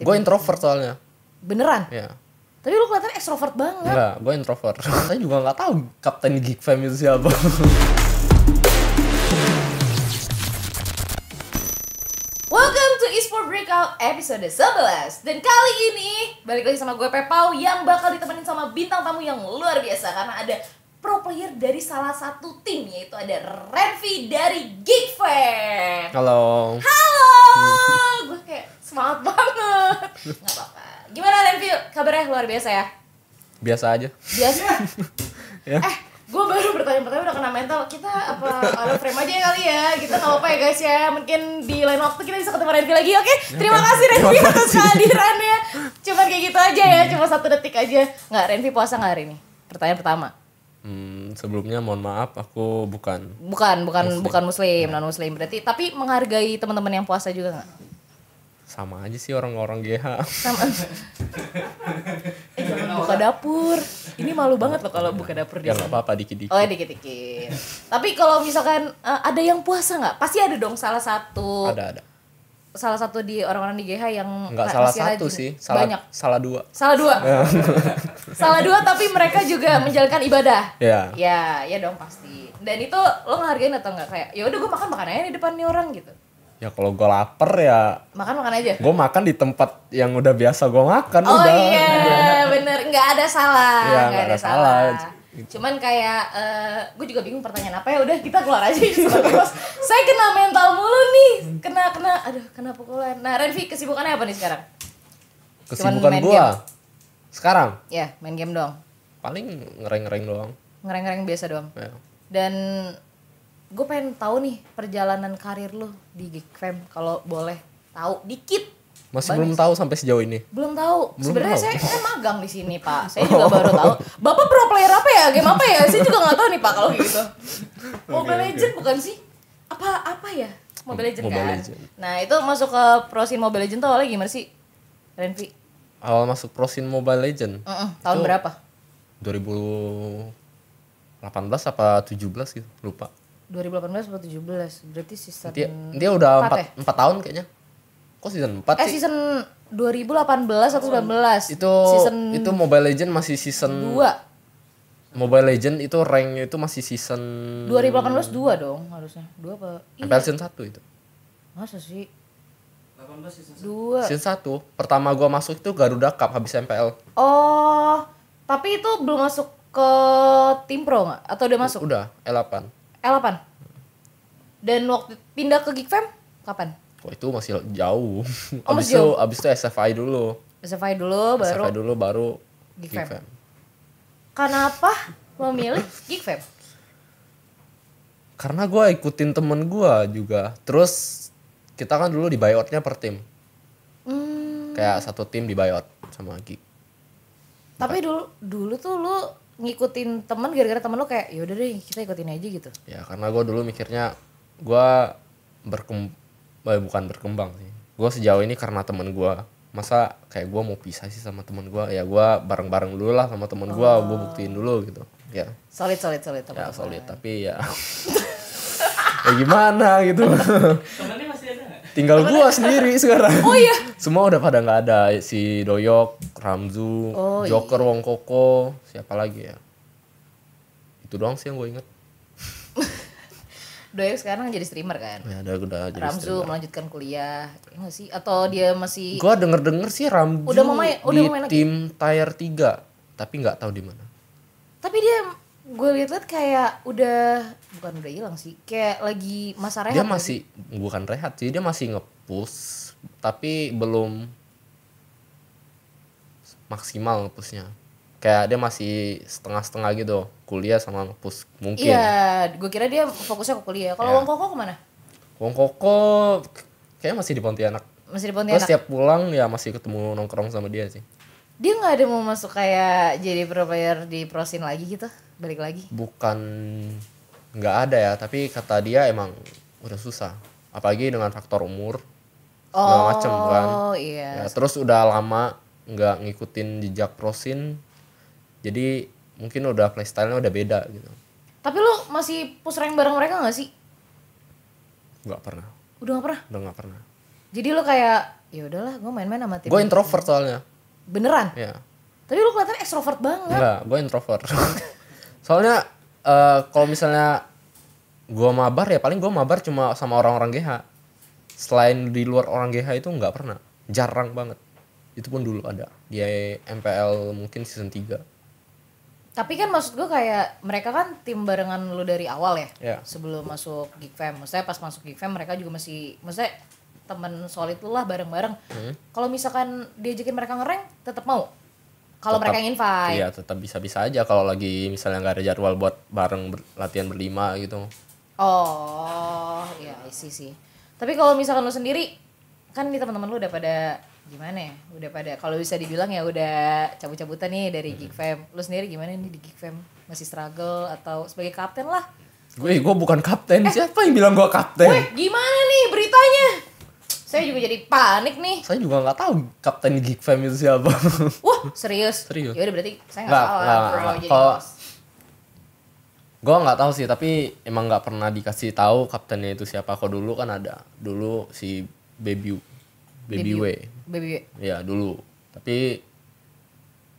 Gue introvert soalnya. Beneran? Ya. Tapi lu kelihatannya ekstrovert banget. Enggak, gue introvert. Saya juga nggak tahu Kapten Geek Fam itu siapa. Welcome to Esport Breakout episode 11 Dan kali ini balik lagi sama gue Pepau Yang bakal ditemenin sama bintang tamu yang luar biasa Karena ada pro player dari salah satu tim Yaitu ada Renvi dari Geek Fam Kalau Halo! Gue kayak semangat banget Gak apa-apa Gimana Renvi? Kabarnya luar biasa ya? biasa aja. Biasa? Ya. Eh, gue baru bertanya-bertanya udah kena mental. Kita apa out of frame aja ya kali ya? Kita nggak apa-apa ya guys ya. Mungkin di lain waktu kita bisa ketemu Renvi lagi. Ya, Oke, terima kasih Renvi atas kehadirannya. Cuma kayak gitu aja ya, cuma satu detik aja. Nggak, Renvi puasa nggak hari ini? Pertanyaan pertama. Hmm, sebelumnya mohon maaf aku bukan. Bukan, bukan, bukan muslim, Ya. non muslim berarti. Tapi menghargai teman-teman yang puasa juga nggak? Sama aja sih orang-orang GH. Sama. eh, jangan buka dapur. Ini malu banget loh kalau buka dapur di Ya nggak sana. apa-apa dikit-dikit. Oh ya dikit-dikit. Tapi kalau misalkan eh, ada yang puasa nggak? Pasti ada dong salah satu Ada ada. salah satu di orang-orang di GH yang Enggak nggak- salah masih satu rajin. sih, salah Banyak. salah dua. Salah dua. salah dua tapi mereka juga menjalankan ibadah. Ya. Ya, ya dong pasti. Dan itu lo ngehargain atau nggak kayak ya udah gue makan makan aja di depan nih orang gitu. Ya kalau gue lapar ya Makan makan aja. gue makan di tempat yang udah biasa gue makan Oh udah. iya, bener nggak ada salah, Iya, nggak ada, salah. Gitu. Cuman kayak gue juga bingung pertanyaan apa ya udah kita keluar aja sebagai host. Saya kena mental mulu nih, kena kena, aduh kena pukulan. Nah Renvi kesibukannya apa nih sekarang? Cuman Kesibukan main gue sekarang Ya main game doang, paling ngereng-ngereng doang. ngereng-ngereng biasa doang. Ya. Dan gue pengen tahu nih perjalanan karir lo di Geek Fam kalau boleh tahu dikit. Masih Banyak belum tahu sampai sejauh ini. Belum tahu. Belum Sebenarnya tahu. saya kan magang di sini, Pak. Saya juga baru tahu. Bapak pro player apa ya? Game apa ya? Saya juga nggak tahu nih, Pak, kalau gitu. Mobile Legend bukan sih? Apa apa ya? Mobile Legend Mobile kan. Legend. Nah, itu masuk ke prosin Mobile Legend tuh awalnya gimana sih? Renvi. Awal masuk prosin Mobile Legend Mm-mm, tahun Itu- berapa? 2018 apa 17 gitu, lupa. 2018 atau 17? Berarti season eh, Dia dia udah Empat ya? empat empat tahun kayaknya. Kok season 4 Eh sih? season 2018 atau 19? Itu season itu Mobile Legend masih season 2. Mobile Legend itu ranknya itu masih season 2018 2 dong harusnya. 2 apa? Ih, Hmm. sampai season 1 itu. masa sih? 18 season 2. Season 1 pertama gua masuk itu Garuda Cup habis MPL. Oh, tapi itu belum masuk ke tim pro nggak? Atau udah masuk? Udah L8. L8? Dan waktu pindah ke Geek Fam kapan? Kok itu masih jauh. Oh, abis masih itu jauh. abis itu SFI dulu. SFI dulu baru. SFI dulu baru Geek Geek Fam. Fam. Kenapa memilih Geek Fam? karena gue ikutin temen gue juga terus kita kan dulu di buyoutnya per tim Hmm, kayak satu tim di buyout sama Geek tapi dulu dulu tuh lu ngikutin temen gara-gara temen lu kayak yaudah deh kita ikutin aja gitu. ya karena gue dulu mikirnya gue berkembang bukan berkembang sih gue sejauh ini karena temen gue masa kayak gue mau pisah sih sama temen gue ya gue bareng bareng dulu lah sama temen gue gue buktiin dulu gitu ya Solid solid solid ya teman-teman. solid tapi ya ya gimana gitu Temennya masih ada nggak? tinggal gue sendiri sekarang Oh iya. Semua udah pada nggak ada si Doyok, Ramzu, Oh, iya. Joker, Wong Koko, siapa lagi ya? Itu doang sih yang gue inget. Doyok sekarang jadi streamer kan. Ya ada udah jadi Ramzu streamer. melanjutkan kuliah, ya nggak sih? Atau dia masih Gue denger denger sih Ramzu Udah mau main- udah ya? di mau main lagi? tim Tier 3 tapi nggak tahu di mana. Tapi dia gue liat-liat kayak udah bukan udah hilang sih, kayak lagi masa rehat. Dia nggak sih? masih bukan rehat sih, dia masih ngepush tapi belum maksimal ngepushnya. Kayak dia masih setengah-setengah gitu, kuliah sama ngepush mungkin. Iya, gue kira dia fokusnya ke kuliah. Kalau ya? Iya. Wong Koko kemana? Wong Koko kayaknya masih di Pontianak. Masih di Terus Pontianak. setiap pulang ya masih ketemu nongkrong sama dia sih. Dia nggak ada mau masuk kayak jadi pro player di prosin lagi gitu, balik lagi. Bukan nggak ada ya, tapi kata dia emang udah susah. Apalagi dengan faktor umur segala Oh, macem kan. iya. Ya, terus udah lama nggak ngikutin jejak prosin. Jadi mungkin udah playstyle-nya udah beda gitu. Tapi lu masih push rank bareng mereka nggak sih? Nggak pernah, Udah gak pernah. udah nggak pernah. Jadi lu kayak ya udahlah gue main-main sama tim Gue introvert soalnya. beneran Ya. tapi lu kelihatan ekstrovert banget Enggak, gue introvert. soalnya eh, kalau misalnya gue mabar ya paling gue mabar cuma sama orang-orang GH. Selain di luar orang GH itu nggak pernah. Jarang banget. Itu pun dulu ada. Di MPL mungkin season 3. tapi kan maksud gue kayak mereka kan tim barengan lu dari awal ya Iya. sebelum masuk Geek Fam maksudnya pas masuk Geek Fam mereka juga masih maksudnya temen solid lu lah bareng-bareng Hmm. kalau misalkan diajakin mereka ngereng tetap mau kalau Tetap. mereka yang invite Iya, tetap bisa-bisa aja kalau lagi misalnya nggak ada jadwal buat bareng ber- latihan berlima gitu. Oh, iya sih sih. Tapi kalau misalkan lu sendiri, kan nih teman-teman lu udah pada gimana ya? Udah pada kalau bisa dibilang ya udah cabut-cabutan nih Hmm. dari Geek Fam. Lu sendiri gimana nih di Geek Fam? Masih struggle atau sebagai kapten lah? Gue gue bukan Eh. kapten. Siapa yang bilang gue kapten? Weh, gimana nih beritanya? Saya juga jadi panik nih. Saya juga nggak tahu kapten Geek Fam itu siapa. Wah, serius? Serius. Ya udah berarti saya nggak Nggak, salah nggak, kalau nggak. jadi Kalau- host. gue nggak tahu sih, tapi emang nggak pernah dikasih tahu kaptennya itu siapa. Kok dulu kan ada. Dulu si Baby Baby W. Baby W. Ya, dulu. Tapi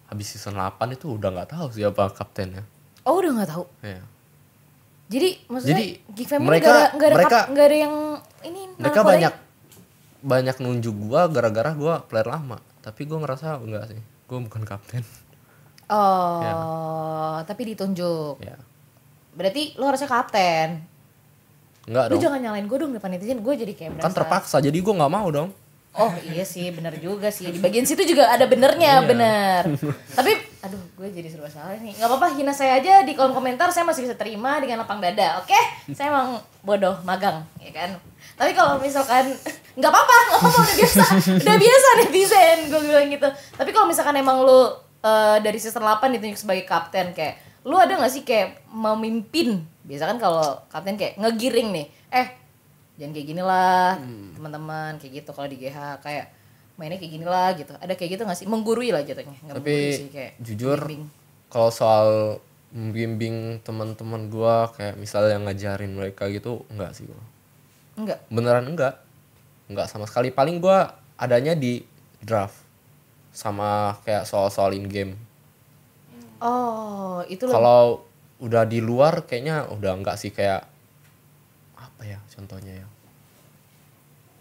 habis season 8 itu udah nggak tahu siapa kaptennya. Oh, udah nggak tahu. Ya. Jadi maksudnya Jadi, Geek Fam ini mereka- nggak ada nggak ada, mereka- kap- nggak ada yang ini mereka narkodanya. banyak banyak nunjuk gua gara-gara gua player lama tapi gua ngerasa enggak sih gua bukan kapten Oh, tapi ditunjuk. ya Berarti lo harusnya kapten. enggak Lu dong jangan nyalain gue dong depan netizen. Gue jadi kayak kan merasa- terpaksa jadi gua nggak mau dong Oh iya sih, bener juga sih. Di bagian situ juga ada benernya, Iya. bener. Tapi, aduh gue jadi serba salah nih. Gak apa-apa, hina saya aja di kolom komentar. Saya masih bisa terima dengan lapang dada, oke? Saya emang bodoh, magang, ya kan? Tapi kalau misalkan, gak apa-apa, gak apa-apa, udah biasa. Udah biasa netizen, gue bilang gitu. Tapi kalau misalkan emang lu eh, dari season 8 ditunjuk sebagai kapten, kayak lu ada gak sih kayak memimpin? Biasa kan kalau kapten kayak ngegiring nih. Eh, jangan kayak gini lah Hmm. teman-teman kayak gitu kalau di GH kayak mainnya kayak gini lah gitu ada kayak gitu gak sih menggurui lah jatuhnya nggak tapi menggurui sih kayak jujur bimbing. kalau soal membimbing teman-teman gua kayak misalnya ngajarin mereka gitu enggak sih gua enggak beneran enggak enggak sama sekali paling gua adanya di draft sama kayak soal-soal in game oh itu loh kalau udah di luar kayaknya udah enggak sih kayak apa ya contohnya ya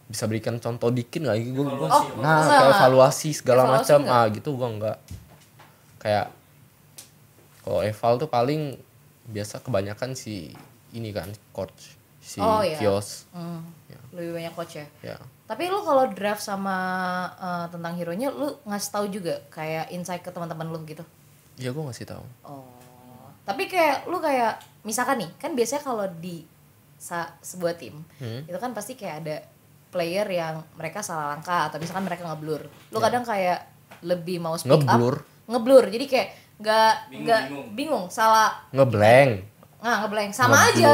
bisa berikan contoh dikit nggak gue gue Evaluasi, evaluasi. Oh, nah kayak evaluasi segala Evaluasi macam nggak? ah gitu gua enggak kayak kalau eval tuh paling biasa kebanyakan si ini kan coach si Oh, iya. kios Hmm, Ya. lebih banyak coach ya ya tapi lu kalau draft sama eh, tentang hero nya lu ngasih tahu juga kayak insight ke teman-teman lu gitu ya gue ngasih tahu Oh. Tapi kayak lu kayak misalkan nih, kan biasanya kalau di sa- sebuah tim Hmm. itu kan pasti kayak ada player yang mereka salah langkah atau misalkan mereka ngeblur. Lu kadang kayak lebih mau speak Ya. Ngeblur? up, ngeblur. Jadi kayak nggak Bingung, nggak bingung. bingung, salah ngeblank nggak ngeblank sama Ngeblur. aja.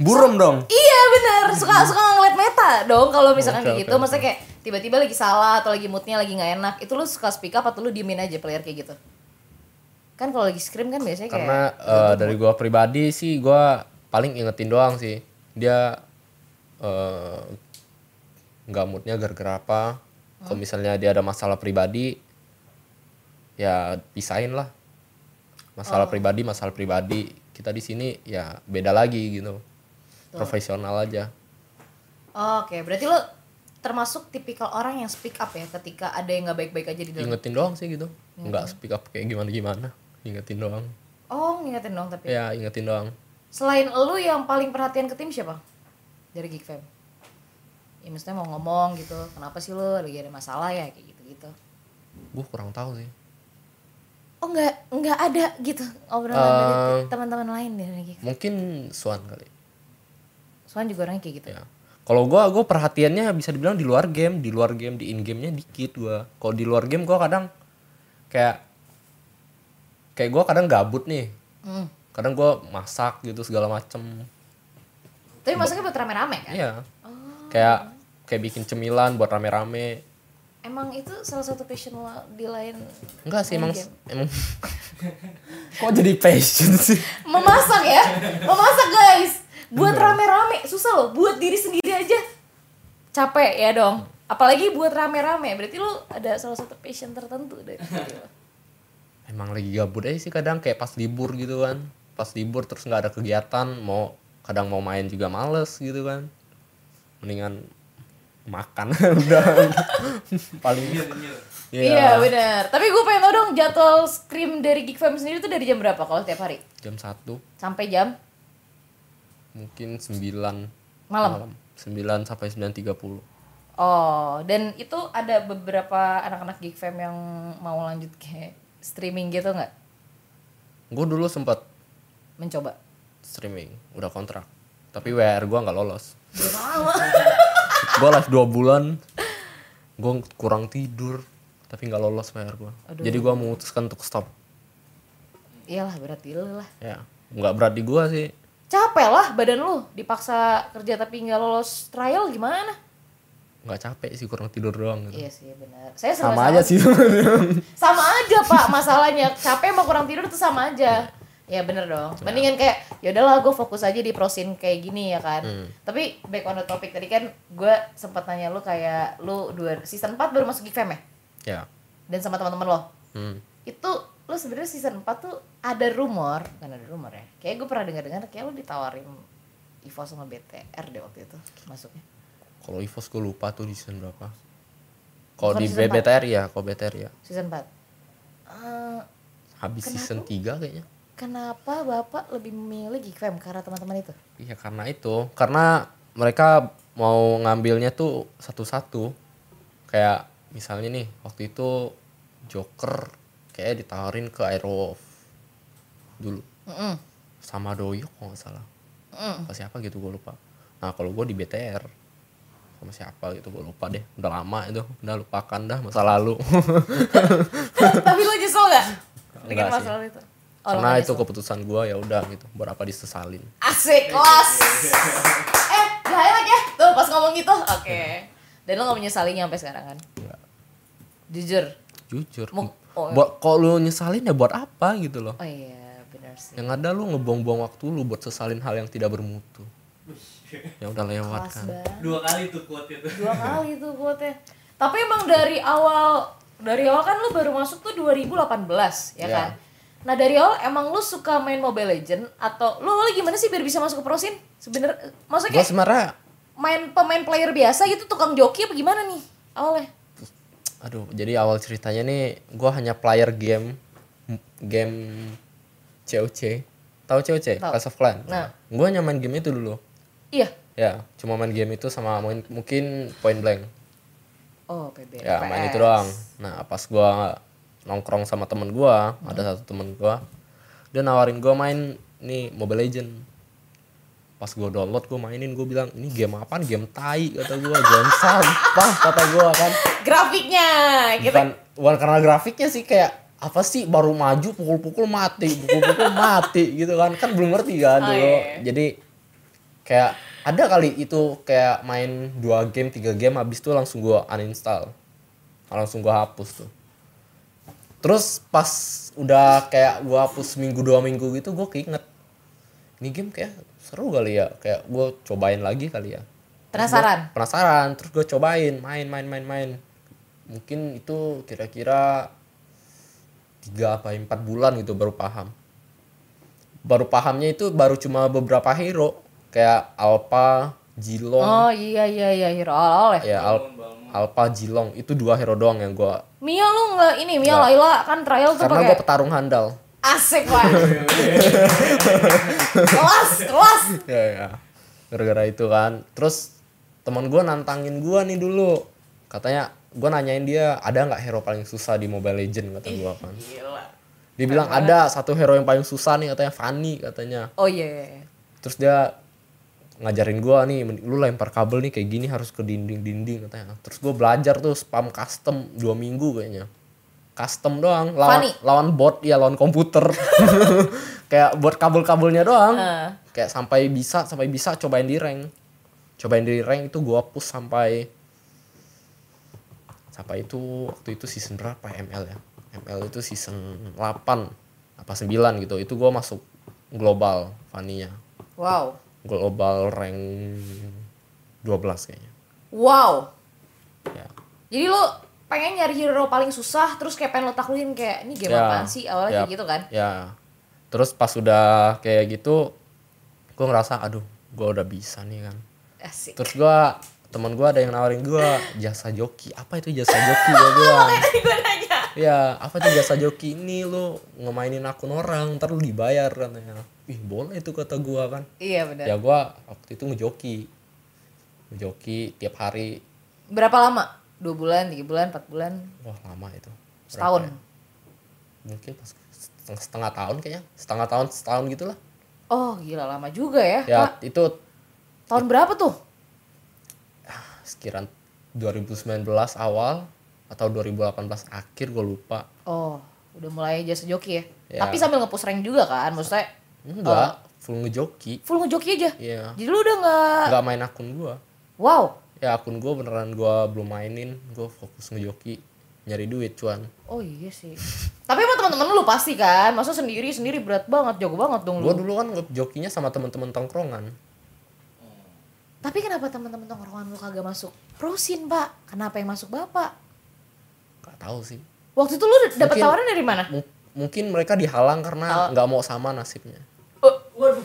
burem dong Iya bener, suka suka ngeliat meta dong kalau misalkan Oke, kayak oke, gitu. oke. Maksudnya kayak tiba-tiba lagi salah atau lagi moodnya lagi nggak enak, itu lu suka speak up atau lu diemin aja player kayak gitu? Kan kalau lagi scrim kan biasanya kayak karena eh, dari gua pribadi sih gua paling ingetin doang sih dia eh, nggak moodnya gara-gara apa kalau misalnya dia ada masalah pribadi ya pisahin lah masalah pribadi masalah pribadi kita di sini ya beda lagi gitu profesional aja Oke, berarti lo termasuk tipikal orang yang speak up ya ketika ada yang nggak baik-baik aja di dalam. ingetin doang sih gitu nggak speak up kayak gimana gimana ingetin doang Oh, ngingetin dong tapi. ya ingetin doang Selain lu yang paling perhatian ke tim siapa? Dari Geek Fam. Ya maksudnya mau ngomong gitu, kenapa sih lu lagi ada masalah ya kayak gitu-gitu. gue kurang tahu sih Oh nggak nggak ada gitu obrolan dari Eh. teman-teman lain dari Geek Fam. mungkin Swan kali Soalnya juga orangnya kayak gitu. ya kalau gua gua perhatiannya bisa dibilang di luar game di luar game di in gamenya dikit gua kalau di luar game gua kadang kayak kayak gua kadang gabut nih Hmm. kadang gua masak gitu segala macem Tapi masaknya buat rame-rame kan? iya kayak kayak bikin cemilan buat rame-rame Emang itu salah satu passion lo di lain enggak sih Main emang game. emang kok jadi passion sih memasak ya memasak guys buat rame-rame susah loh buat diri sendiri aja capek ya dong apalagi buat rame-rame berarti lu ada salah satu passion tertentu dari diri lu. emang lagi gabut aja sih kadang kayak pas libur gitu kan pas libur terus nggak ada kegiatan mau kadang mau main juga males gitu kan mendingan makan udah paling Nyir, nyir. iya benar tapi gue pengen tau dong jadwal scrim dari Geek Fam sendiri tuh dari jam berapa kalau tiap hari jam satu sampai jam mungkin sembilan Malam? sembilan sampai sembilan tiga puluh oh dan itu ada beberapa anak-anak Geek Fam yang mau lanjut ke streaming gitu nggak gue dulu sempet mencoba streaming udah kontrak tapi WR gue nggak lolos gue live dua bulan gue kurang tidur tapi nggak lolos WR gue Aduh. jadi gue memutuskan untuk stop iyalah berarti lu lah ya nggak berat di gue sih capek lah badan lu dipaksa kerja tapi nggak lolos trial gimana nggak capek sih kurang tidur doang gitu. iya sih benar saya sama serba aja salah. sih sama aja pak masalahnya capek sama kurang tidur itu sama aja ya Iya. bener dong mendingan kayak ya udahlah gue fokus aja di prosin kayak gini ya kan Hmm. tapi back on the topic tadi kan gue sempat nanya lu kayak lu dua season 4 baru masuk Geek Fam ya ya dan sama teman-teman lo hmm. itu lu sebenarnya season 4 tuh ada rumor kan ada rumor ya kayak gue pernah dengar-dengar kayak lu ditawarin Ivo sama BTR deh waktu itu masuknya kalau Ivos gue lupa tuh di season berapa kalau Bukan di season empat. BBTR ya kalau BBTR ya season 4 Eh, habis Kenapa? season 3 kayaknya kenapa bapak lebih memilih Geek Fam karena teman-teman itu Iya karena itu, karena mereka mau ngambilnya tuh satu-satu. Kayak misalnya nih waktu itu Joker kayak ditawarin ke Aero dulu Mm-mm. sama Doyok kalau nggak salah. Mm. Apa siapa gitu gue lupa. Nah kalau gue di BTR sama siapa gitu gue lupa deh. Udah lama itu, udah lupakan dah masa lalu. Oh, tapi lo nyesel gak? dengan Enggak sih. masalah itu Oh, lo karena nggak itu nyesel. keputusan gue ya udah gitu. Berapa disesalin. asik kelas eh gak enak ya tuh pas ngomong gitu oke dan lo gak menyesalinya sampai sekarang kan Enggak. jujur Jujur. Mau- oh. Buat kalau lu nyesalin ya buat apa gitu loh. oh iya benar sih Yang ada lu ngebuang-buang waktu lu buat sesalin hal yang tidak bermutu. Wih, Yang udah lewat kelas kan. banget Dua kali tuh quote itu. dua kali tuh kuotnya tapi emang dari awal dari awal kan lu baru masuk tuh 2018 ya Iya. kan nah dari awal emang lu suka main Mobile Legend atau lu awalnya gimana sih biar bisa masuk ke prosin sebenernya maksudnya Gue kayak sebenarnya main pemain player biasa gitu tukang joki apa gimana nih awalnya aduh jadi awal ceritanya nih gua hanya player game game COC. Tahu COC? Tahu. Clash of Clans. Nah. Gua hanya main game itu dulu. iya Ya, cuma main game itu sama main- mungkin point blank. oh PB Ya, main itu doang. Nah, pas gua nongkrong sama temen gua, ada satu temen gua, dia nawarin gua main nih Mobile Legend. Pas gua download gua mainin gua bilang, "Ini game apaan? Game tai," kata gua. "Game sampah," kata gua kan. grafiknya gitu Bukan bukan karena grafiknya sih kayak apa sih baru maju pukul-pukul mati, pukul-pukul mati gitu kan. Kan belum ngerti kan Oh, dulu. iya. Jadi kayak ada kali itu kayak main dua game, tiga game habis itu langsung gua uninstall. Langsung gua hapus tuh. Terus pas udah kayak gua hapus minggu dua minggu gitu gua keinget. Ini game kayak seru kali ya, kayak gua cobain lagi kali ya penasaran penasaran terus gue cobain main main main main mungkin itu kira-kira tiga apa empat bulan gitu baru paham baru pahamnya itu baru cuma beberapa hero kayak Alpha Jilong oh iya iya iya hero awal ya ya Al- Alpha Jilong itu dua hero doang yang gue Mia lu nggak ini Mia Laila kan trial tuh karena gue pakai petarung handal asik wah kelas kelas ya ya gara-gara itu kan terus teman gue nantangin gue nih dulu katanya gue nanyain dia ada nggak hero paling susah di Mobile Legend kata gue kan Gila. Dia bilang ada satu hero yang paling susah nih katanya Fanny katanya. oh iya iya, iya. Terus dia ngajarin gua nih "Men- lu lempar kabel nih kayak gini harus ke dinding-dinding katanya. Terus gua belajar tuh spam custom dua minggu kayaknya. Custom doang lawan Fanny? lawan bot ya lawan komputer. kayak buat kabel-kabelnya doang. Eh. Kayak sampai bisa sampai bisa cobain di rank. Cobain di rank itu gua push sampai sampai itu waktu itu season berapa ya, ML ya ML itu season 8 apa 9 gitu itu gua masuk global Fania wow global rank 12 kayaknya wow ya Jadi lu pengen nyari hero paling susah terus kayak pengen lo taklukin kayak ini game Ya, apaan sih awalnya kayak ya, gitu kan. ya terus pas udah kayak gitu gue ngerasa aduh gue udah bisa nih kan Asik. terus gue teman gue ada yang nawarin gue jasa joki apa itu jasa joki gue bilang Tadi gue nanya. ya apa tuh jasa joki ini lu ngemainin akun orang ntar lu dibayar katanya ih boleh itu kata gue kan Iya benar. ya gue waktu itu ngejoki ngejoki tiap hari Berapa lama? Dua bulan, tiga bulan, empat bulan, wah lama itu Berapa setahun. ya? mungkin pas setengah, setengah tahun kayaknya setengah tahun setahun gitulah Oh gila lama juga ya. ya Kak, itu tahun berapa tuh? sekiranya 2019 awal atau 2018 akhir gue lupa Oh udah mulai jasa joki ya. Ya. Tapi sambil ngepush rank juga kan, maksudnya enggak full ngejoki full ngejoki aja. Iya. Jadi lu udah nggak, enggak main akun gue wow. ya akun gue beneran gue belum mainin gue fokus ngejoki nyari duit cuan Oh iya sih. Tapi emang teman-teman lu pasti kan, masa sendiri sendiri berat banget, jago banget dong gue lu. dulu kan ngejokinya sama temen-temen tongkrongan Tapi kenapa teman-teman tongkrongan lu kagak masuk? Prosin pak, kenapa yang masuk bapak? gak tahu sih Waktu itu lu dapat Mungkin- tawaran dari mana? Mu- mungkin mereka dihalang karena nggak mau sama nasibnya Waduh.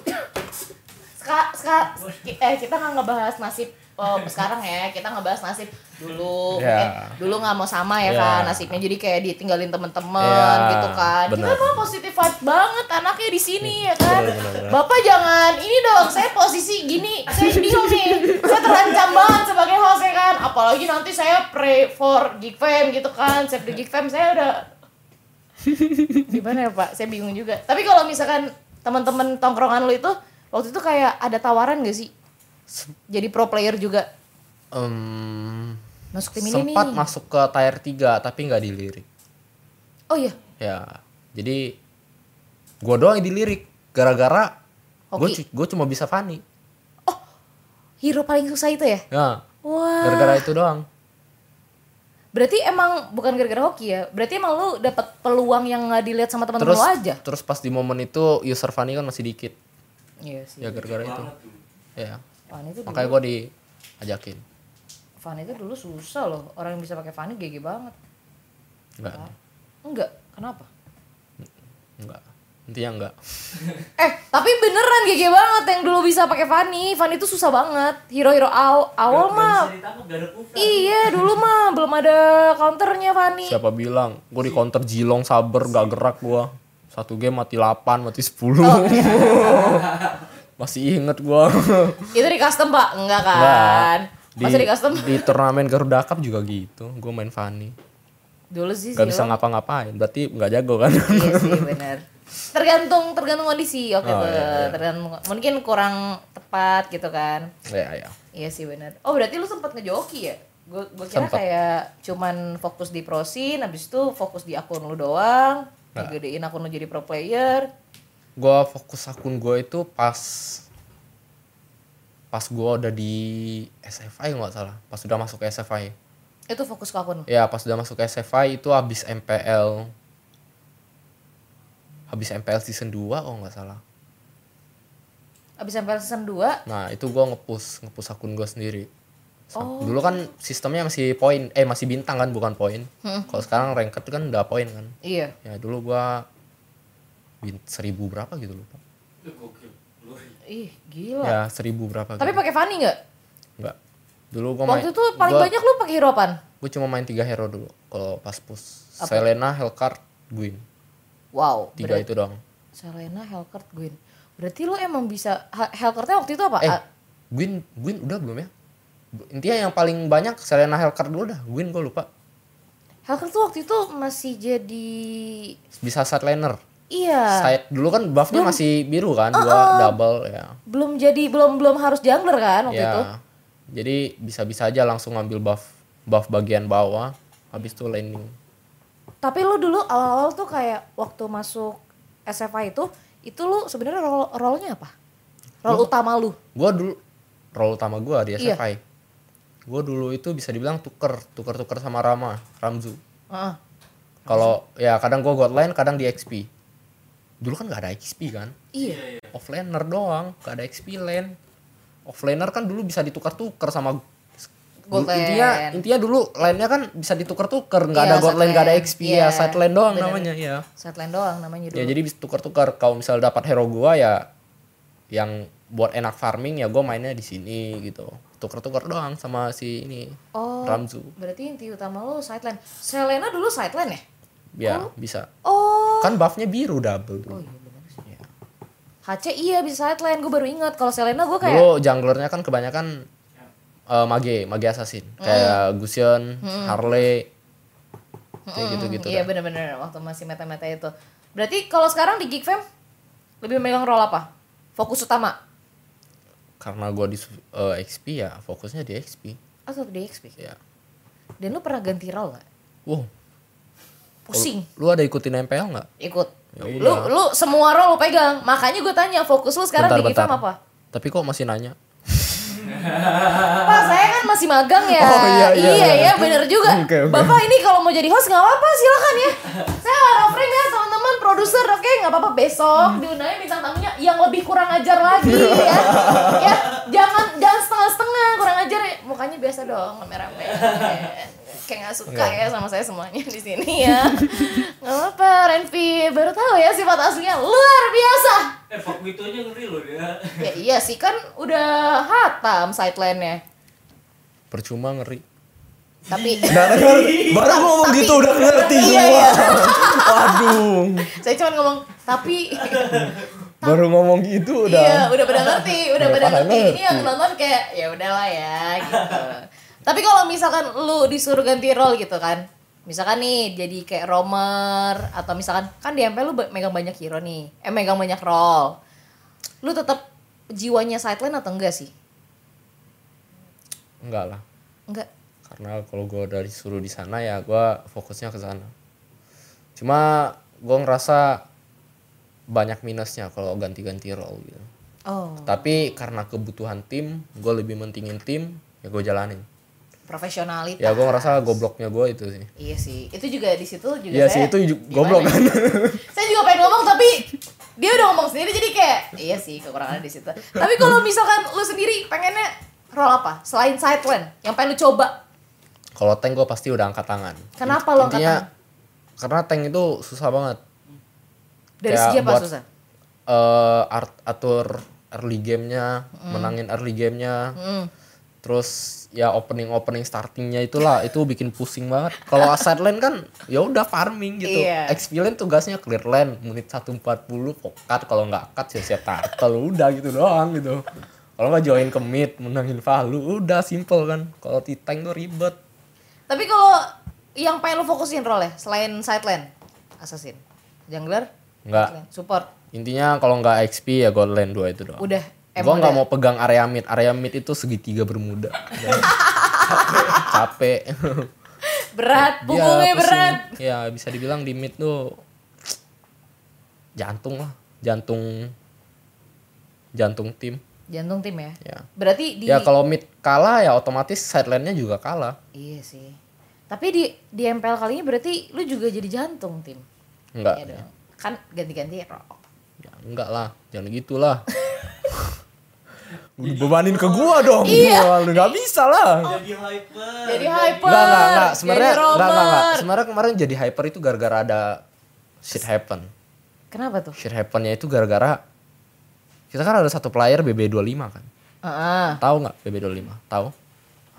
Ska, ska, ki- eh, kita nggak ngebahas nasib oh, sekarang ya kita ngebahas nasib dulu Ya. eh, dulu nggak mau sama ya Ya. kan nasibnya jadi kayak ditinggalin temen-temen Ya, gitu kan benar. kita mah positif vibes banget anaknya di sini ya kan Iya, Benar, benar, benar. bapak jangan ini dong saya posisi gini saya bingung nih saya terancam banget sebagai host ya kan apalagi nanti saya pray for gig fam gitu kan save the gig fam saya udah gimana ya pak saya bingung juga tapi kalau misalkan teman-teman tongkrongan lu itu waktu itu kayak ada tawaran gak sih jadi pro player juga Em, masuk tim ini nih sempat masuk ke tier 3 tapi nggak dilirik oh iya ya jadi gue doang yang dilirik gara-gara gue Hoki. cuma bisa Fani hero paling susah itu ya ya wah gara-gara itu doang berarti emang bukan gara-gara hoki ya berarti emang lu dapat peluang yang nggak dilihat sama teman-teman terus lu aja terus pas di momen itu user Fani kan masih dikit iya sih ya gara-gara itu Banget dulu. ya Fanny itu makanya dulu, gue diajakin Fanny itu dulu susah loh orang yang bisa pakai Fanny GG banget enggak enggak kenapa enggak intinya enggak Eh, tapi beneran gege banget yang dulu bisa pakai Fanny. Fanny itu susah banget. Hero-hero aw- awal Nggak- nggak mah. bisa ditangkap, nggak ada kufran. Iya, dulu mah belum ada counternya Fanny. siapa bilang gue di counter Jilong sabar gak gerak gue satu game mati 8 mati 10 Oh. masih inget gue Itu di custom, Pak. Enggak Enggak. kan? di, Masa di custom? di turnamen Garuda Cup juga gitu gue main Fanny Dulu sih gak bisa Zero. ngapa-ngapain berarti gak jago kan Iya sih, bener. Tergantung tergantung kondisi. Oke, Oh, Pak. iya, iya. tergantung mungkin kurang tepat gitu kan. ya ya Iya sih bener. Oh, berarti lu sempat ngejoki ya? Gue gue kira Sempet. kayak cuman fokus di prosin, habis itu fokus di akun lu doang, Nah. ngegedein akun lu jadi pro player. gue fokus akun gue itu pas pas gue udah di SFI nggak salah pas udah masuk ke SFI Itu fokus ke akun. lu? ya pas udah masuk ke SFI itu habis MPL habis MPL season 2 oh nggak salah Abis sampai season 2, Nah itu gua ngepus ngepus akun gua sendiri. Oh. Sam- Dulu kan sistemnya masih poin, eh masih bintang kan bukan poin. Hmm. Kalau sekarang ranked kan udah poin kan. iya. Ya dulu gua bin, seribu berapa gitu lupa. Lu gokil. Lu Ih, gila. Ya seribu berapa. Tapi gitu. pakai Fanny nggak? Enggak. Dulu gua main. Waktu itu paling gua, banyak lu pakai hero apaan? Gua cuma main tiga hero dulu. Kalau pas push Selena, Hellcard, Gwyn. Wow, Tiga berarti itu doang. Selena, Hellcurt, Gwyn. Berarti lu emang bisa Ha- Hellcurtnya waktu itu apa? Eh, A- Gwyn, Gwyn udah belum ya? Intinya yang paling banyak Selena, Hellcard dulu dah. Gwyn gua lupa. Hellcurt tuh waktu itu masih jadi Bisa sideliner. iya, Side dulu kan buffnya masih biru kan, Eh, dua double ya. belum jadi belum belum harus jungler kan waktu ya. itu. Jadi bisa-bisa aja langsung ngambil buff buff bagian bawah, habis itu landing. Tapi lu dulu awal-awal tuh kayak waktu masuk SFA itu, itu lu sebenarnya role role-nya apa? Role utama lu. Gua dulu role utama gua di Iya. SFI. Gua dulu itu bisa dibilang tuker, tuker-tuker sama Rama, Ramzu. Heeh. Kalau ya kadang gua god lane, kadang di XP. Dulu kan nggak ada XP kan? Iya. Offlaner doang, nggak ada XP lane. Offlaner kan dulu bisa ditukar-tukar sama Gold lane. intinya intinya dulu lainnya kan bisa ditukar-tukar nggak Iya, ada gold side lane nggak ada lane. XP Iya, ya side lane doang bener. namanya ya Sideline doang namanya dulu. ya jadi bisa tukar-tukar kalau misal dapat hero gua ya yang buat enak farming ya gua mainnya di sini gitu tukar-tukar doang sama si ini oh, Ramzu berarti inti utama lo sideline. Selena dulu sideline ya? ya bisa Oh. kan buffnya biru double Oh dulu iya benar sih. Iya. HC iya bisa sideline, gue baru ingat kalau Selena gue kayak dulu junglernya kan kebanyakan eh, mage mage assassin kayak Gusion Harley kayak gitu-gitu Iya dah. bener-bener waktu masih meta-meta itu. Berarti kalau sekarang di Geek Fam lebih megang role apa? Fokus utama karena gua di eh, XP ya fokusnya di XP atau di XP? ya Dan lu pernah ganti role gak? wow Pusing lu ada ikutin MPL nggak ikut. Ya Lu udah. lu semua role lu pegang. Makanya gue tanya fokus lu sekarang di Geek Bentar-bentar. Fam apa? tapi kok masih nanya Pak, saya kan masih magang ya. Oh, iya, iya, iya, iya. ya, bener juga. Oke, oke. Bapak ini kalau mau jadi host nggak apa-apa, silakan ya. Saya offering ya teman-teman produser, oke nggak apa-apa besok diundangnya bintang tamunya yang lebih kurang ajar lagi ya. ya jangan jangan setengah-setengah kurang ajar ya. Mukanya biasa dong, rame-rame. Kayak nggak suka ya Iya. sama saya semuanya di sini ya. Nggak apa-apa, Renvi baru tahu ya sifat aslinya luar biasa. Eh, Pak Wito aja ngeri loh dia. Ya iya sih kan udah hatam sideline-nya. percuma ngeri Tapi baru ngomong Tapi- gitu udah ngerti Iya, semua iya. waduh saya cuma ngomong tapi baru ngomong gitu udah iya udah pada ngerti udah Udah pada pada ngerti ini yang ngerti. nonton kayak ya udahlah ya gitu tapi kalau misalkan lu disuruh ganti role gitu kan misalkan nih jadi kayak romer atau misalkan kan di MP lu ba- megang banyak hero nih eh megang banyak role lu tetap jiwanya sideline atau enggak sih enggak lah enggak karena kalau gue dari suruh di sana ya gua fokusnya ke sana cuma gue ngerasa banyak minusnya kalau ganti-ganti role gitu oh tapi karena kebutuhan tim gue lebih mentingin tim ya gue jalanin profesionalitas ya gue ngerasa gobloknya gue itu sih iya sih itu juga di situ juga Iya sih saya itu ju- gimana goblok ya? kan saya juga pengen ngomong tapi dia udah ngomong sendiri jadi kayak iya sih kekurangannya di situ tapi kalau misalkan lu sendiri pengennya role apa selain sideline yang pengen lu coba kalau tank gue pasti udah angkat tangan Kenapa lo angkat Intinya, tangan? karena tank itu susah banget dari Kayak segi apa Ya, buat- susah eh art- atur early gamenya menangin early gamenya Hmm. terus ya opening opening startingnya itulah itu bikin pusing banget kalau asset lane kan ya udah farming gitu Iya. XP lane tugasnya clear lane menit 140 pokat kalau nggak cut ya siap siap turtle udah gitu doang gitu kalau nggak join ke mid menangin value udah simple kan kalau di tank tuh ribet tapi kalau yang pengen lu fokusin role selain sideline assassin jungler Iya. nggak support intinya kalau nggak XP ya gold lane dua itu doang udah gue emang nggak udah. mau pegang area mid area mid itu segitiga bermuda capek berat Dia punggungnya pusing. berat ya bisa dibilang di mid tuh jantung lah jantung jantung tim jantung tim ya ya berarti di ya kalau mid kalah ya otomatis sideline-nya juga kalah iya sih tapi di di MPL kali ini berarti lu juga jadi jantung tim enggak Iya dong kan ganti-ganti role ya, enggak lah jangan gitulah bebanin ke gua dong iya. nggak bisa lah Oh. Jadi hyper. jadi hyper Enggak, enggak, enggak. Sebenarnya jadi enggak, enggak, enggak. romer. Sebenarnya kemarin jadi hyper itu gara-gara ada shit happen. kenapa tuh Shit happennya itu gara-gara kita kan ada satu player BB25 kan. Heeh. Tahu nggak BB25? Tahu?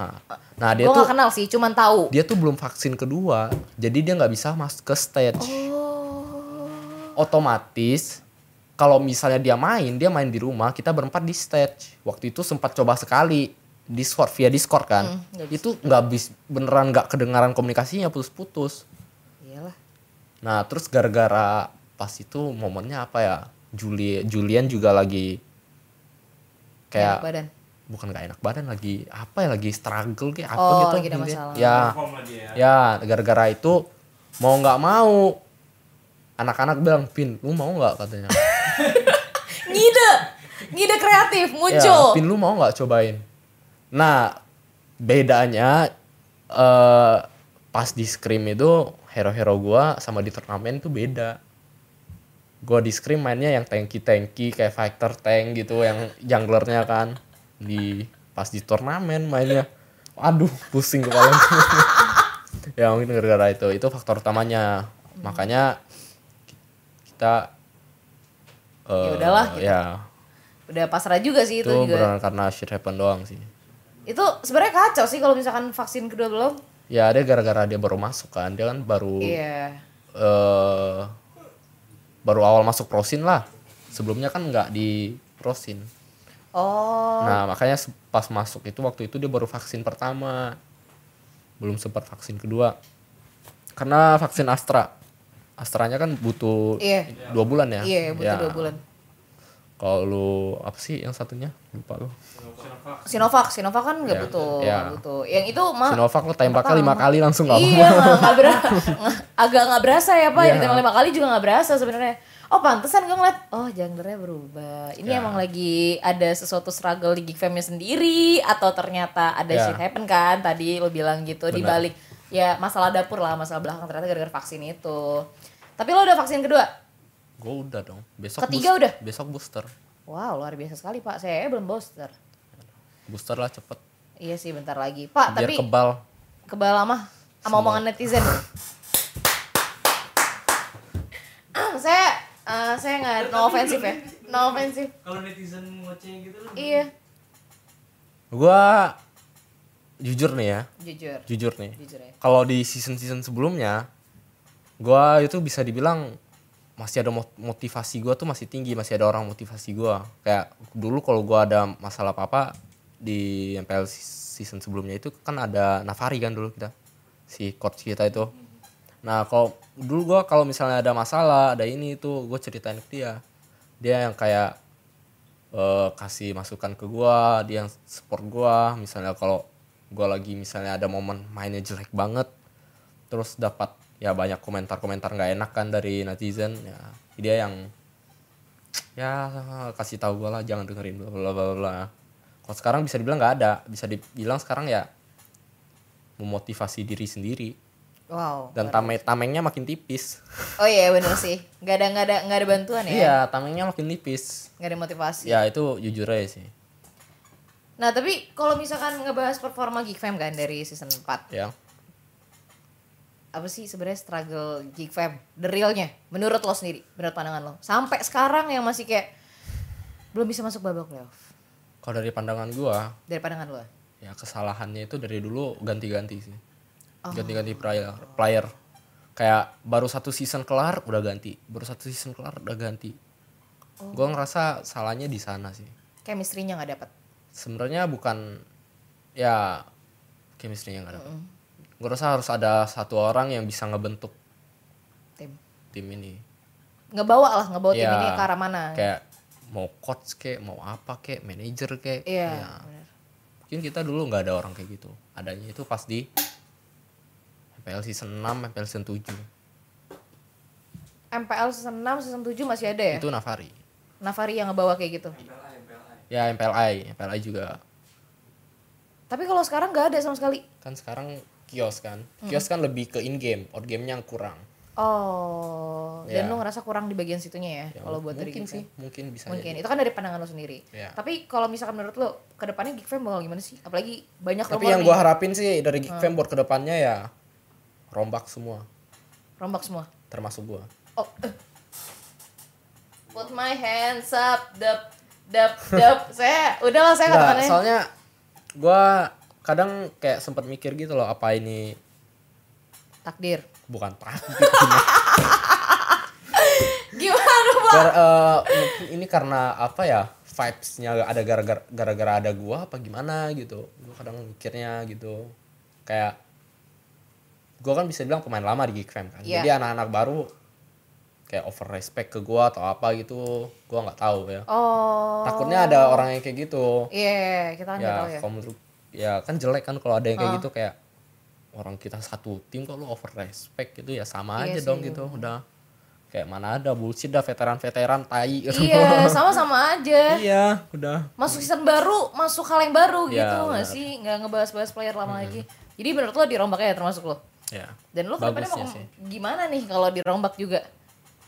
Nah, nah dia gue tuh gak kenal sih cuman tahu dia tuh belum vaksin kedua. Jadi dia nggak bisa masuk ke stage. Oh. Otomatis kalau misalnya dia main, dia main di rumah, kita berempat di stage. Waktu itu sempat coba sekali Discord via Discord kan. Hmm, nggak bisa. itu nggak bis beneran nggak kedengaran komunikasinya putus-putus. iyalah Nah, terus gara-gara pas itu momennya apa ya? Juli Julian juga lagi kayak kayak badan bukan gak enak badan lagi apa ya lagi struggle kayak apa Oh, gitu lagi ada intinya. masalah. ya Form lah dia. ya gara-gara itu mau nggak mau anak-anak bilang pin lu mau nggak katanya ngide ngide kreatif ya, muncul pin lu mau nggak cobain nah bedanya eh pas di scrim itu hero-hero gua sama di turnamen tuh beda gua di scrim mainnya yang tanky tanky kayak fighter tank gitu yang junglernya kan di pas di turnamen mainnya aduh pusing kepala gue. ya mungkin gara-gara itu itu faktor utamanya makanya kita Ya eh, udahlah, gitu. ya udah pasrah juga sih itu, itu juga benar karena shit happen doang sih itu sebenarnya kacau sih kalau misalkan vaksin kedua belum ya ada gara-gara dia baru masuk kan dia kan baru iya eh baru awal masuk prosin lah sebelumnya kan nggak di prosin oh nah makanya se- pas masuk itu waktu itu dia baru vaksin pertama belum sempat vaksin kedua karena vaksin Astra Astranya kan butuh Iya. dua bulan ya iya butuh Ya. dua bulan kalau lu apa sih yang satunya lupa lu Sinovac Sinovac kan nggak Iya. butuh Iya. nggak butuh yang itu mah Sinovac lu tembaknya lima lama. kali langsung nggak Ah, iya apa-apa nggak- nggak ber- nggak- agak nggak berasa ya pak Iya. ditembak lima kali juga nggak berasa sebenarnya oh pantesan gue ngeliat oh junglernya berubah ini Ya. emang lagi ada sesuatu struggle di gig famnya sendiri atau ternyata ada Ya. shit happen kan tadi lo bilang gitu di Benar. balik ya masalah dapur lah masalah belakang ternyata gara-gara vaksin itu tapi lo udah vaksin kedua gue udah dong besok Ketiga boost- udah? besok booster wow luar biasa sekali pak saya belum booster booster lah cepet iya sih bentar lagi pak biar tapi kebal kebal sama sama omongan netizen. Ah, saya eh, saya nggak no offensive ya, no offensive. Kalau netizen ngoceh gitu lu Iya, Gua jujur nih ya, jujur, jujur nih. jujur ya. Kalau di season-season sebelumnya, gua itu bisa dibilang masih ada mot- motivasi gua tuh masih tinggi, masih ada orang motivasi gua. Kayak dulu kalau gua ada masalah apa-apa di MPL se- season sebelumnya itu kan ada Navari kan dulu kita. Si coach kita itu. Nah, kalau dulu gua kalau misalnya ada masalah, ada ini itu, gue ceritain ke dia. Dia yang kayak eh, kasih masukan ke gua, dia yang support gua. Misalnya kalau gua lagi misalnya ada momen mainnya jelek banget, terus dapat ya banyak komentar-komentar nggak enak kan dari netizen, ya dia yang ya kasih tahu gua lah jangan dengerin bla bla bla bla, bla. Kalau sekarang bisa dibilang nggak ada, bisa dibilang sekarang ya memotivasi diri sendiri Wow. dan luar- tame tamengnya makin tipis. oh iya bener sih, nggak ada nggak ada nggak ada bantuan ya, Iya, tamengnya makin tipis. nggak ada motivasi. Ya itu jujur aja sih. Nah tapi kalau misalkan ngebahas performa Geek Fam kan dari season 4 Ya. apa sih sebenarnya struggle Geek Fam, the realnya, menurut lo sendiri, menurut pandangan lo, sampai sekarang yang masih kayak belum bisa masuk babak playoff Kalau dari pandangan gua, dari pandangan lo? ya kesalahannya itu dari dulu ganti-ganti sih Oh. ganti-ganti player player kayak baru satu season kelar udah ganti baru satu season kelar udah ganti Oh. gua ngerasa salahnya di sana sih Chemistry-nya nggak dapet. sebenarnya bukan ya chemistry yang ada gua rasa harus ada satu orang yang bisa ngebentuk tim tim ini ngebawa lah ngebawa Oh, tim Iya. ini ke arah mana kayak mau coach kek mau apa kek manajer kek iya Ya, bener. mungkin kita dulu nggak ada orang kayak gitu adanya itu pas di MPL season 6 MPL season 7 MPL season 6 season 7 masih ada ya itu Navari Navari yang ngebawa kayak gitu MPLI, MPLI. ya MPLI MPLI juga tapi kalau sekarang nggak ada sama sekali kan sekarang kios kan Hmm. kios kan lebih ke in game out game-nya yang kurang oh dan Iya. lu ngerasa kurang di bagian situnya ya, Ya, kalau buat dari mungkin Geek sih Fam? mungkin bisa mungkin itu jadi. kan dari pandangan lo sendiri Iya. tapi kalau misalkan menurut lo kedepannya Geek Fam bakal gimana sih apalagi banyak tapi rumor nih, yang Hmm. gua harapin sih dari Geek Fam buat kedepannya ya rombak semua rombak semua termasuk gua oh eh. put my hands up dap dap dap saya udahlah saya ya. Nggak, katakannya soalnya gua kadang kayak sempat mikir gitu loh apa ini takdir bukan takdir gimana pak Gar- eh, mungkin ini karena apa ya vibesnya ada gara-gara gara-gara ada gua apa gimana gitu gua kadang mikirnya gitu kayak gua kan bisa bilang pemain lama di Geek Fam kan Iya. jadi anak-anak baru kayak over respect ke gua atau apa gitu gua nggak tahu ya oh takutnya ada orang yang kayak gitu Iya, iya, iya, kita kan nggak ya tahu ya. Ah. kalau menurut ya kan jelek kan kalau ada yang kayak gitu kayak orang kita satu tim kok lu over respect gitu ya sama Iya aja sih. dong gitu udah kayak mana ada bullshit dah veteran-veteran tai gitu. Iya, sama-sama aja. iya udah Masuk season baru, masuk hal yang baru Iya, gitu nggak benar. sih? Nggak ngebahas-bahas player Hmm. lama lagi. Jadi menurut lo dirombak ya termasuk lo? ya Dan lo kedepannya mau Bagusnya sih. gimana nih kalau dirombak juga?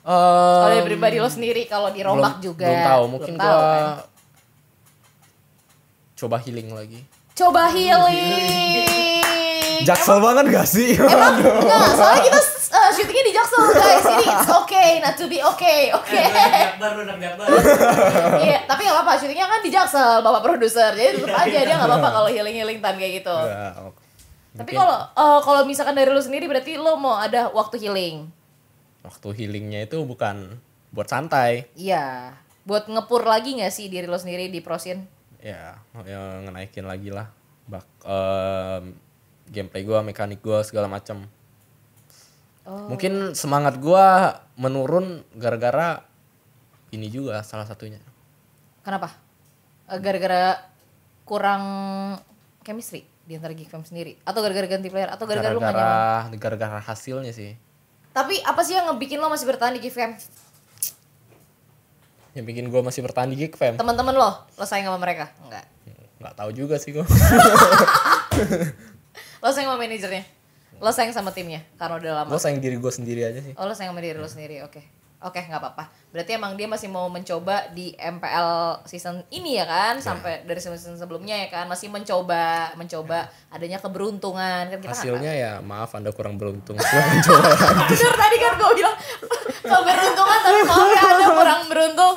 Eh, Kalau dari pribadi lo sendiri kalau dirombak belum- juga. ya. kan? belum tahu mungkin Belum tahu, gua kan? coba healing lagi Coba healing. Jaksel banget gak sih? Emang enggak, soalnya kita uh, syutingnya di Jaksel guys. Ini it's okay not to be okay. Oke. Eh, lu anak Jakbar, lu anak Jakbar. Iya, tapi nggak apa-apa syutingnya kan di Jaksel Bapak produser. Jadi tetap aja dia nggak apa-apa kalau healing-healing tan kayak gitu. Iya, Enggak, oke. Tapi kalau eh, kalau misalkan dari lu sendiri berarti lu mau ada waktu healing. Waktu healingnya itu bukan buat santai. Iya. Buat ngepur lagi nggak sih diri lu sendiri di prosin? Ya, ya ngenaikin lagi lah. Bak, em, gameplay gua, mekanik gua segala macam. Oh. Mungkin semangat gua menurun gara-gara ini juga salah satunya. Kenapa? Eh, Gara-gara kurang chemistry di antara Geekfam sendiri atau gara-gara ganti player atau gara-gara lu kan, ya? nggak nyaman? Gara-gara gara-gara hasilnya sih. Tapi apa sih yang ngebikin lo masih bertahan di Geekfam? Yang bikin gua masih bertahan di Geekfam. Teman-teman lo, lo sayang sama mereka? Enggak. Nggak tahu juga sih gua. Lo sayang sama manajernya? Lo sayang sama timnya karena udah lama. gua sayang diri gua sendiri aja sih. Oh lo sayang sama diri lo sendiri, oke. Oke, nggak apa-apa. Berarti emang dia masih mau mencoba di MPL season ini ya kan, sampai dari season sebelumnya ya kan, masih mencoba, mencoba adanya keberuntungan kan kita nggak Hasilnya ya maaf Anda kurang beruntung. Gua mencoba. Bener tadi kan gue bilang keberuntungan tapi maaf ya ada kurang beruntung.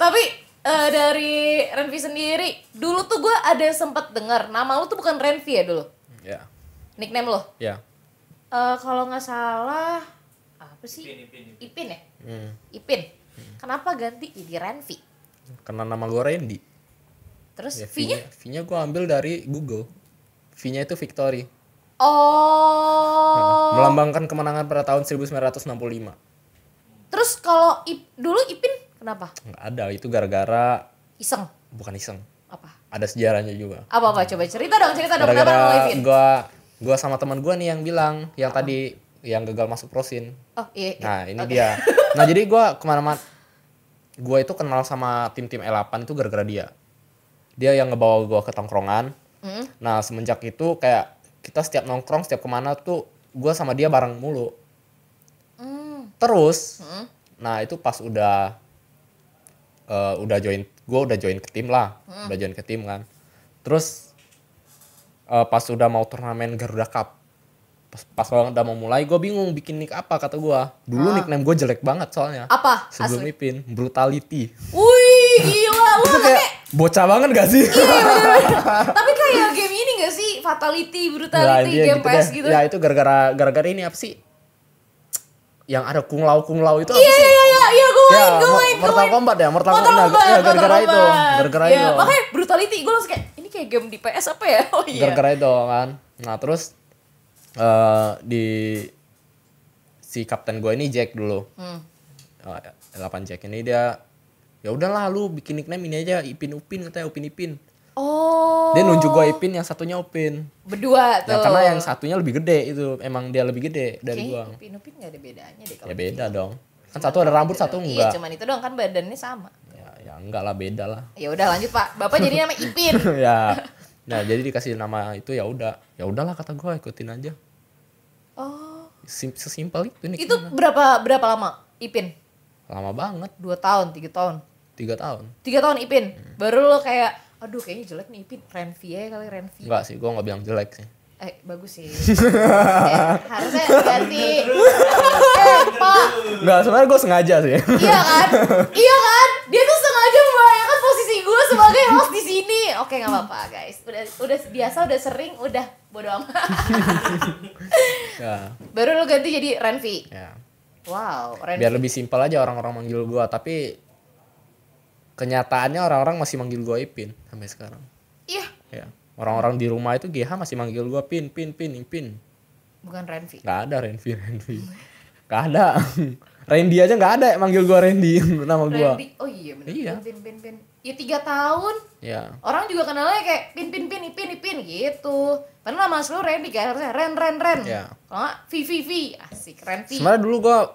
tapi eh, dari Renvi sendiri, dulu tuh gue ada sempat dengar nama lu tuh bukan Renvi ya dulu, ya. nickname lo. Ya. Eh Kalau nggak salah apa sih? Ipin, Ipin, Ipin. Ipin ya, Hmm. Ipin. Kenapa ganti jadi Renvi? Karena nama gua Randy. Terus Ya, V-nya? V-nya gue ambil dari Google. V-nya itu victory. Oh. Melambangkan kemenangan pada tahun 1965. Terus kalau Ip- dulu Ipin kenapa? Nggak ada, itu gara-gara Iseng bukan iseng. apa? Ada sejarahnya juga. Apa apa coba cerita dong cerita dong kenapa lu Gara-gara Ipin? gua gua sama teman gua nih yang bilang yang tadi yang gagal masuk prosin. Oh iya. iya. Nah, ini Oke. dia. Nah, jadi gua kemana mana gua itu kenal sama tim-tim L8 itu gara-gara dia. Dia yang ngebawa gua ke tongkrongan. Mm. Nah, semenjak itu kayak kita setiap nongkrong, setiap kemana tuh gua sama dia bareng mulu. Hmm. Terus, Mm. nah itu pas udah eh, udah join, gue udah join ke tim lah, Hmm. udah join ke tim kan. Terus eh, pas udah mau turnamen Garuda Cup, pas pas banget udah mau mulai, gue bingung bikin nick apa kata gue. Dulu nickname gue jelek banget soalnya. Ah. Apa? Sebelum Asli. Ipin, brutality. Wih, gila lu Itu kayak bocah banget gak sih? Iya, Tapi kayak game ini gak sih? Fatality, Nah, brutality, dia game gitu PS deh. gitu. Ya itu gara-gara gara-gara ini apa sih? Yang ada kunglau kunglau itu apa Iya sih? iya iya iya gue Ya, main, gue Mo- main, gue Mortal main. Kombat ya, Mortal Mortal Kombat. Kombat, Ya, gara-gara Mortal itu, Kombat. gara-gara Iya, itu. Makanya brutality gue langsung kayak ini kayak game di PS apa ya? Oh iya. gara-gara itu kan nah terus eh di si kapten gue ini Jack dulu Hmm. Eh, 8 Jack ini dia ya udahlah lu bikin nickname ini aja Ipin Upin katanya Upin Ipin Oh. dia nunjuk gue Ipin yang satunya Upin Berdua tuh. ya, karena yang satunya lebih gede itu emang dia lebih gede dari Kayaknya gue Upin Upin gak ada bedanya deh kalau ya beda dong kan satu ada rambut satu Iya, enggak cuman itu doang kan badannya sama. ya, ya enggak lah beda lah Ya udah lanjut Pak. Bapak jadi nama Ipin. ya nah jadi dikasih nama itu ya udah ya udahlah kata gue ikutin aja Oh. Sim- sesimpel itu nih Itu berapa berapa lama Ipin? lama banget Dua tahun, tiga tahun. tiga tahun tiga tahun Ipin baru lo kayak aduh kayaknya jelek nih Ipin Renvi aja kali Renvi Enggak sih, gua nggak bilang jelek sih. eh bagus sih Eh, harusnya ganti eh pak Enggak, sebenarnya gua sengaja sih. iya kan iya kan dia tuh sengaja membahayakan posisi gue sebagai host di sini oke nggak apa-apa guys udah udah biasa udah sering udah bodo amat ya, baru lo ganti jadi Renvi ya. wow Renvi Biar lebih simpel aja orang-orang manggil gua, tapi kenyataannya orang-orang masih manggil gua Ipin sampai sekarang. iya Ya. Orang-orang di rumah itu GH masih manggil gua Pin, Pin, Pin, Ipin. bukan Renvi Enggak ada Renvi, Renvi. Enggak ada. Randy aja enggak ada yang manggil gua Randy nama gua. Renvi oh iya benar Iya. Pin Pin Pin Pin ya tiga tahun Ya. orang juga kenalnya kayak pin pin pin ipin ipin gitu padahal nama asli lu Randy kan harusnya Ren Ren Ren Iya. kalau nggak Vi Vi Vi asik Ren Vi Sebenarnya dulu gua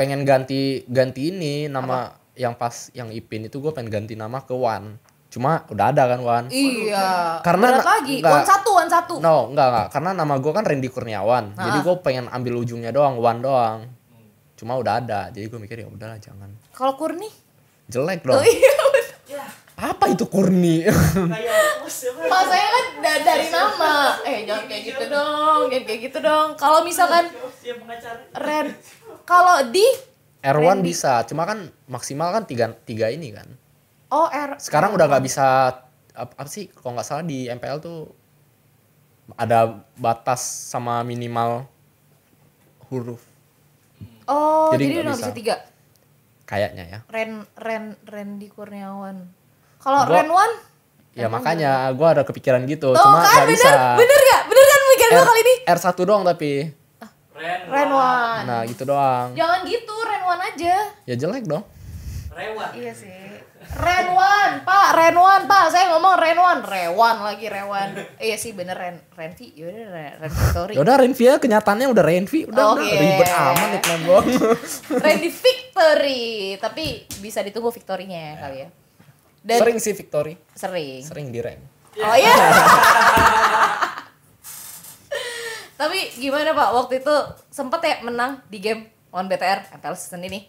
pengen ganti ganti ini nama yang pas yang Ipin itu gua pengen ganti nama ke Wan. Cuma udah ada kan Wan. iya Karena berat na- lagi nggak- one satu one satu No, enggak, enggak. Karena nama gue kan Randy Kurniawan. Jadi gue pengen ambil ujungnya doang, Wan doang. Cuma udah ada. Jadi gue mikir ya udahlah jangan. kalau Kurni Jelek dong. oh iya bener. Apa itu Kurni? Kayak ya, Mas saya kan da- dari nama. Eh jangan kayak gitu dong, jangan kayak gitu dong. Kalau misalkan Siap ya, pengacara. Ren, kalau di R1 Randy. bisa, cuma kan maksimal kan tiga, tiga ini kan. oh R Sekarang udah nggak bisa ap- apa sih? Kalau nggak salah di MPL tuh ada batas sama minimal huruf Oh jadi, Jadi nggak udah nggak bisa. bisa tiga. kayaknya ya. Ren Ren Randy Kurniawan. Kalau Gua- Ren One Ya makanya gua ada kepikiran Tuh gitu, cuma kan nggak bener, bisa. bener gak? Bener kan pemikiran gue kali ini? R1 doang tapi. Ren. Renwan. Nah, gitu doang. Jangan gitu, Renwan aja. Ya jelek dong. Rewan. Iya sih. Renwan, Pak, Renwan, Pak. Saya ngomong Renwan, Rewan lagi Rewan. iya sih bener Ren Renvi, yaudah Ren, Ren Victory. Ya udah Renvi ya kenyataannya udah Renvi, udah, Oke. udah ribet amat nih plan gua. Randy Victory, tapi bisa ditunggu victory-nya ya kali ya. Dan Sering sih Victory, sering. sering di rank. Oh iya. Tapi gimana Pak waktu itu sempet ya menang di game on BTR MPL season ini?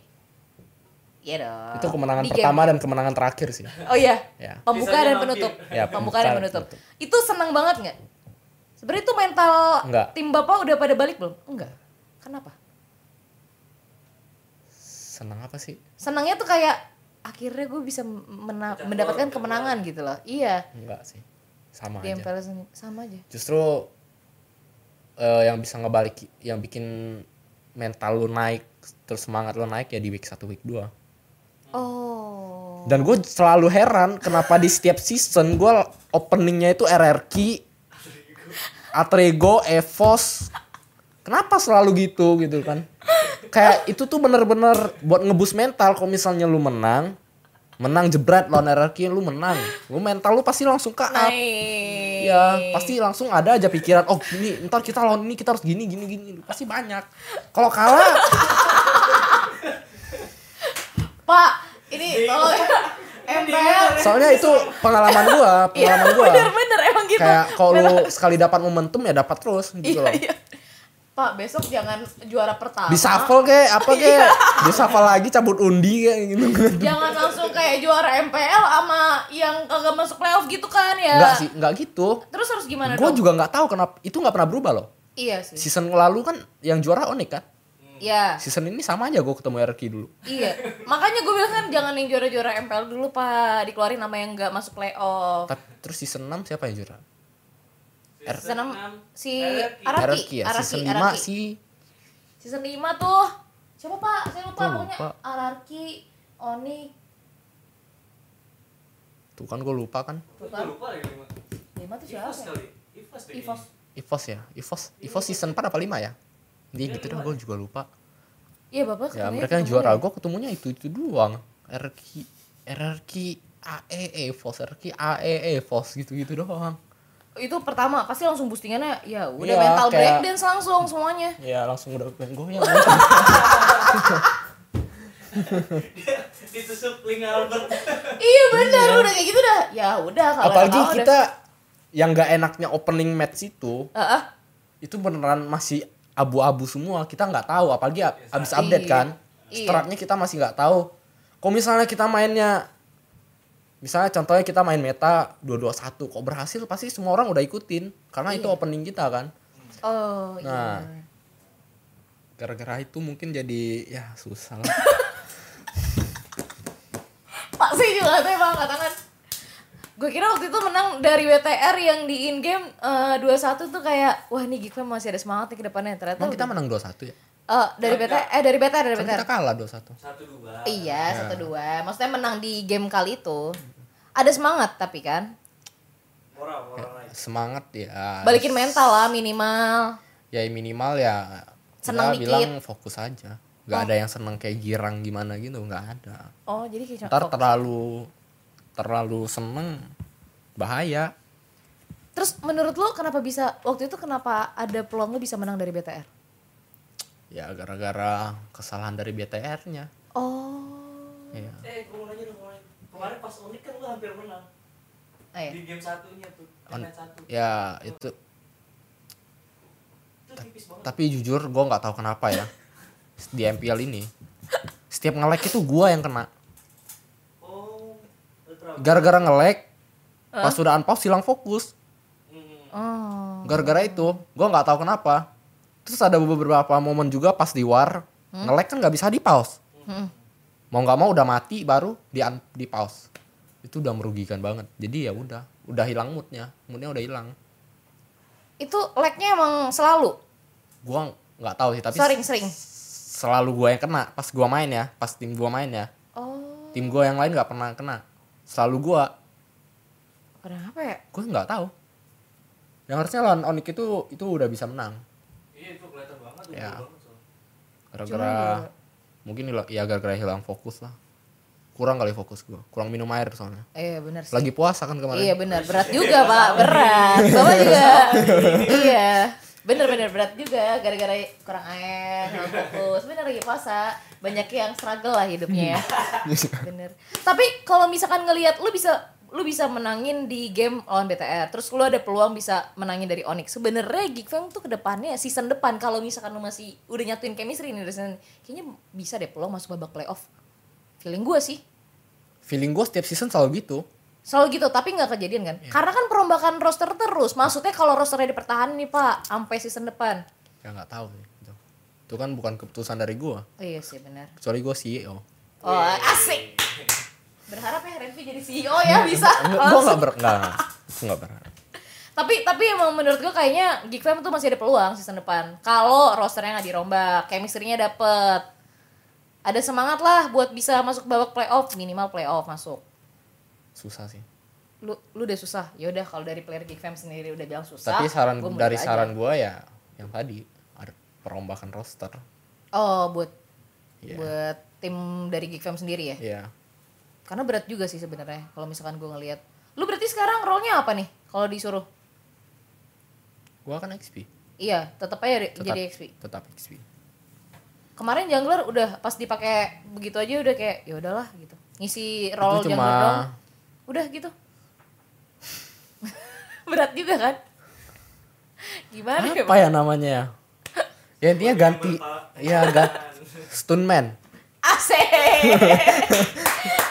Iya dong. Itu kemenangan Di game. pertama dan kemenangan terakhir sih. Oh iya. Ya. Pembuka Sisanya dan nanti. penutup. Ya, pembuka dan penutup. penutup. Itu senang banget nggak? Sebenarnya itu mental Nggak. tim Bapak udah pada balik belum? Enggak. Kenapa? Senang apa sih? Senangnya tuh kayak akhirnya gue bisa mena- Pecah mendapatkan telur, pecah kemenangan gitu loh. Iya. Enggak sih. Sama Di aja. MPL season ini. sama aja. Justru eh, yang bisa ngebalik yang bikin mental lu naik terus semangat lu naik ya di week 1 week 2. Oh. Dan gue selalu heran kenapa di setiap season gue openingnya itu RRQ, Atrego, Evos. Kenapa selalu gitu gitu kan? Kayak itu tuh bener-bener buat ngebus mental kalau misalnya lu menang. Menang jebret lawan RRQ lu menang. Lu mental lu pasti langsung ke up. Naik. Iya, pasti langsung ada aja pikiran, oh gini, ntar kita lawan ini kita harus gini gini gini. Pasti banyak. Kalau kalah, Pak, ini tolong ya. Eh, MPL. soalnya itu pengalaman gua, Iya, pengalaman gua. bener-bener emang gitu. kayak kalau lu sekali dapat momentum ya dapat terus Iya, gitu loh. iya. Pak, besok jangan juara pertama. Di shuffle kayak apa Iya. kayak di shuffle lagi cabut undi kayak gitu. Jangan langsung kayak juara MPL sama yang kagak masuk playoff gitu kan ya. Enggak sih, enggak gitu. Terus harus gimana Gue dong? juga nggak tahu kenapa itu nggak pernah berubah loh. Iya sih. Season lalu kan yang juara Onik kan. Iya. Season ini sama aja gue ketemu RQ dulu. Iya. Makanya gue bilang kan jangan yang juara-juara MPL dulu, Pak. Dikeluarin nama yang nggak masuk playoff. Tapi terus season 6 siapa yang juara? Season enam, si Araki. RRQ Araki, ya. Araki, season 5 Araki. si Season 5 tuh. Siapa, Pak? Saya lupa Gua pokoknya lupa. Araki, Oni, tuh kan gue lupa kan. Gue lupa lagi lima. 5 tuh siapa? Ivos ya? kali. Ivos deh. Ivos. Evos ya. Evos, Evos season 4 apa 5 ya? Dia gitu deh gue juga lupa. Iya bapak Ya katanya mereka yang ketemu juara ya. gue ketemunya itu itu doang. RRQ RRQ AEE Fos RRQ AEE Fos E gitu-gitu doang. Itu pertama pasti langsung boostingannya ya udah Iya, mental kayak- breakdance langsung semuanya. Ya langsung udah pengen goyang. Ditusuk telinga Albert. iya benar udah kayak gitu dah. Ya udah kalau Apalagi nggak mau kita yang nggak enaknya opening match itu udah. Ah, ah. itu beneran masih abu-abu semua kita nggak tahu apalagi ab- abis update Iya. kan Iya. stratnya kita masih nggak tahu kalau misalnya kita mainnya misalnya contohnya kita main meta 221 kok berhasil pasti semua orang udah ikutin karena Iya. itu opening kita kan Oh iya. Nah. gara-gara itu mungkin jadi ya susah lah Pak sih juga tuh emang angkat gitu, tangan. Gue kira waktu itu menang dari WTR yang di in game eh, 21 tuh kayak wah nih Gigfam masih ada semangat nih ke depannya ternyata. Emang kita udah- menang 2-1 ya? Eh, dari BTR eh dari BTR dari Kan BTR. kita kalah 2-1 Satu dua. Iya, satu dua. Maksudnya menang di game kali itu. Hmm. Ada semangat tapi kan. Orang orang lain. Semangat ya Balikin mental lah minimal. Ya minimal ya Seneng Kita dikit. bilang fokus aja Gak ada yang seneng kayak girang gimana gitu Gak ada Oh, jadi kayak Ntar terlalu Terlalu seneng Bahaya Terus menurut lo kenapa bisa waktu itu kenapa ada peluang lo bisa menang dari BTR? Ya gara-gara kesalahan dari BTR-nya Oh. ya. Eh, gue mau nanya dong kemarin. Kemarin pas unik kan lu hampir menang Ah, di iya. game satunya tuh. Eh. On- Match satu. ya itu Itu tipis banget. Tapi jujur gue gak tahu kenapa ya Di MPL ini Setiap nge-lag itu gue yang kena Oh, lu terlalu gara-gara nge-lag Pas sudah unpause hilang fokus. Hmm. Oh. Gara-gara itu, gua nggak tahu kenapa. Terus ada beberapa momen juga pas di war, nge-lag kan nggak bisa di pause. Hmm. Mau nggak mau udah mati baru di un- di pause. Itu udah merugikan banget. Jadi ya udah, udah hilang moodnya, moodnya udah hilang. Itu lagnya emang selalu. Gua nggak tahu sih, tapi Sering-sering. selalu gua yang kena pas gua main ya, pas tim gua main ya. Oh. Tim gua yang lain nggak pernah kena. Selalu gua, Kenapa ya? gua nggak tahu. Yang harusnya lawan Onyx itu itu udah bisa menang. Iya itu kelihatan banget. udah Ya. banget soalnya. gara-gara mungkin hila- ya gara-gara hilang fokus lah kurang kali fokus gua kurang minum air soalnya Iya benar sih. lagi puasa kan kemarin Iya benar berat juga pak berat bapak juga iya bener bener berat juga gara-gara kurang air kurang fokus bener lagi puasa banyak yang struggle lah hidupnya ya Hmm. bener tapi kalau misalkan ngelihat lu bisa lu bisa menangin di game lawan BTR terus lu ada peluang bisa menangin dari Onyx sebenarnya Geek Fam tuh kedepannya season depan kalau misalkan lu masih udah nyatuin chemistry nih dari season kayaknya bisa deh peluang masuk babak playoff feeling gue sih feeling gua setiap season selalu gitu Selalu gitu, tapi nggak kejadian kan? Iya. Karena kan perombakan roster terus. Maksudnya kalau rosternya dipertahankan nih Pak, sampai season depan. ya nggak tahu sih itu. itu kan bukan keputusan dari gua Oh, iya sih benar. kecuali gua E CEO Oh Iya, asik. Berharap ya Renvi jadi CEO ya bisa. Enggak, Iya, gua nggak ber nggak nggak. Gua nggak berharap tapi tapi emang menurut gue kayaknya Geek Fam tuh masih ada peluang season depan. Kalau rosternya nggak dirombak, chemistry-nya dapet. Ada semangat lah buat bisa masuk babak playoff minimal playoff masuk. susah sih Lu lu udah susah. Ya udah kalau dari player Geek Fam sendiri udah bilang susah. tapi saran gua mundur dari aja. saran gua ya yang tadi ada perombakan roster Oh, buat Iya. buat tim dari Geek Fam sendiri ya. ya Karena berat juga sih sebenarnya kalau misalkan gue ngelihat. Lu berarti sekarang role-nya apa nih kalau disuruh? gua kan XP Iya, tetap aja re- tetap jadi XP. tetap XP Kemarin jungler udah pas dipakai begitu aja udah kayak ya udahlah gitu. Ngisi role Itu cuma- jungler dong. Udah gitu. berat juga kan? Gimana ya? apa ya namanya ya ya intinya ganti ya ganti stuntman Asik.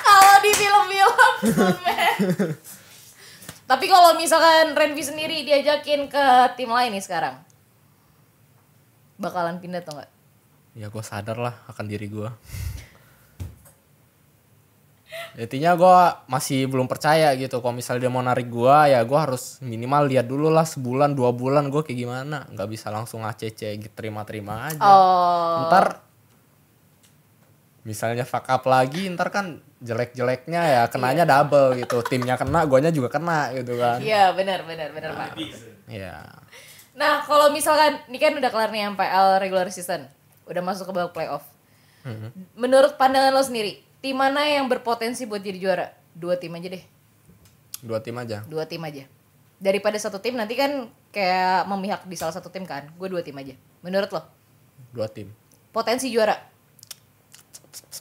kalau di film-film stuntman. Tapi kalau misalkan Renvi sendiri diajakin ke tim lain nih sekarang. Bakalan pindah atau enggak? ya gue sadar lah akan diri gue intinya gue masih belum percaya gitu kalau misalnya dia mau narik gue ya gue harus minimal lihat dulu lah sebulan dua bulan gue kayak gimana nggak bisa langsung ACC gitu terima-terima aja Oh. ntar misalnya fuck up lagi ntar kan jelek-jeleknya ya kenanya double gitu timnya kena guanya juga kena gitu kan Iya, benar benar benar, Pak. Bisa. ya Nah, kalau misalkan ini kan udah kelar nih MPL regular season. Udah masuk ke babak playoff. Menurut pandangan lo sendiri, tim mana yang berpotensi buat jadi juara? Dua tim aja deh. dua tim aja dua tim aja daripada satu tim nanti kan kayak memihak di salah satu tim kan gue dua tim aja menurut lo dua tim potensi juara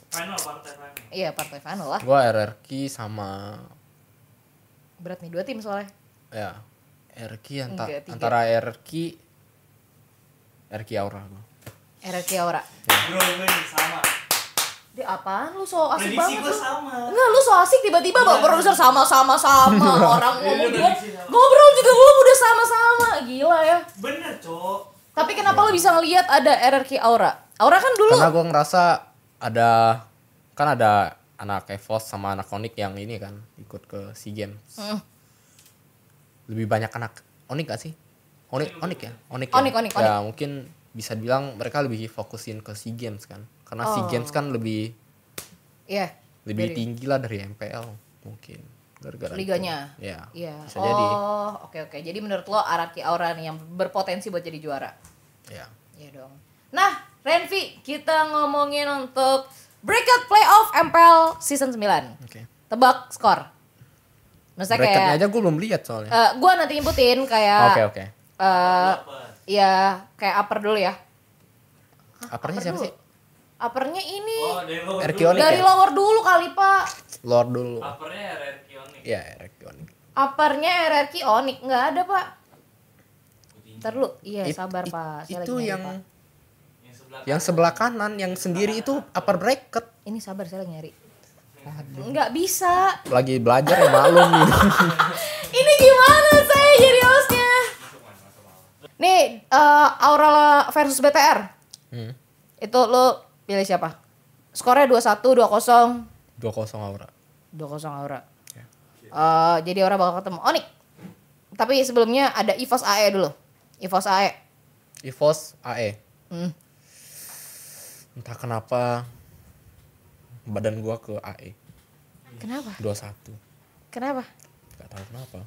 Final partai final. iya partai final lah gue RRQ sama berat nih dua tim soalnya ya RQ ya, anta- Enggak, tiga. antara RQ RQ Aura gua. RRQ Aura Ya. Bro gue sama. dia apaan lu so asik Prediksi banget lu gue sama. Enggak, lu so asik tiba-tiba bawa produser sama-sama sama orang Iya, ngomong udah dia di sini sama. ngobrol juga lu udah sama-sama gila ya Bener cok. tapi kenapa lu bisa ngelihat ada RRQ Aura Aura kan dulu Karena gue ngerasa ada kan ada anak Evos sama anak Onik yang ini kan ikut ke SEA Games. Mm. Lebih banyak anak Onik gak sih? Onik Onik ya, Onik. Onik, ya? Onik, Ya, mungkin bisa dibilang mereka lebih fokusin ke SEA Games kan. Karena SEA Oh. Games kan lebih iya lebih Dari- tinggi lah dari MPL mungkin. Gara-gara itu. Liganya? Ya. Iya. Bisa oh, jadi. oke oke. Jadi menurut lo Araki Aura nih yang berpotensi buat jadi juara. Ya. Iya dong. Nah, Renvi, kita ngomongin untuk breakout playoff MPL season 9. Oke. Tebak skor. Maksudnya Bracketnya kayak aja gue belum lihat soalnya. eh, gua nanti inputin Oke, kayak oke. eh, Delapan. ya kayak upper dulu ya. Uppernya siapa dulu. sih? Uppernya ini Oh dari lo. RQ dulu. Onik dari ya? lower dulu kali, Pak. Lord dulu. Uppernya RRQ Onik. Ya, RQ Onik. Uppernya RRQ Onyx nggak ada, Pak. Putih. Ntar dulu. Iya, It- sabar, it- Pak. Saya itu lagi nyari, yang Pak. Yang sebelah. yang sebelah kanan yang sendiri itu upper bracket Ini sabar saya lagi nyari. nggak bisa lagi belajar ya malum gitu. ini gimana saya jadi hostnya nih eh, Aurora versus BTR Hmm. itu lo pilih siapa skornya 21 20 dua kosong aura 2-0 Aura. Ya. Eh, jadi Aura bakal ketemu Onik. Tapi sebelumnya ada Evos AE dulu. Evos AE. Evos AE Hmm. entah kenapa badan gua ke E. AE Kenapa? 21 Kenapa? nggak tahu kenapa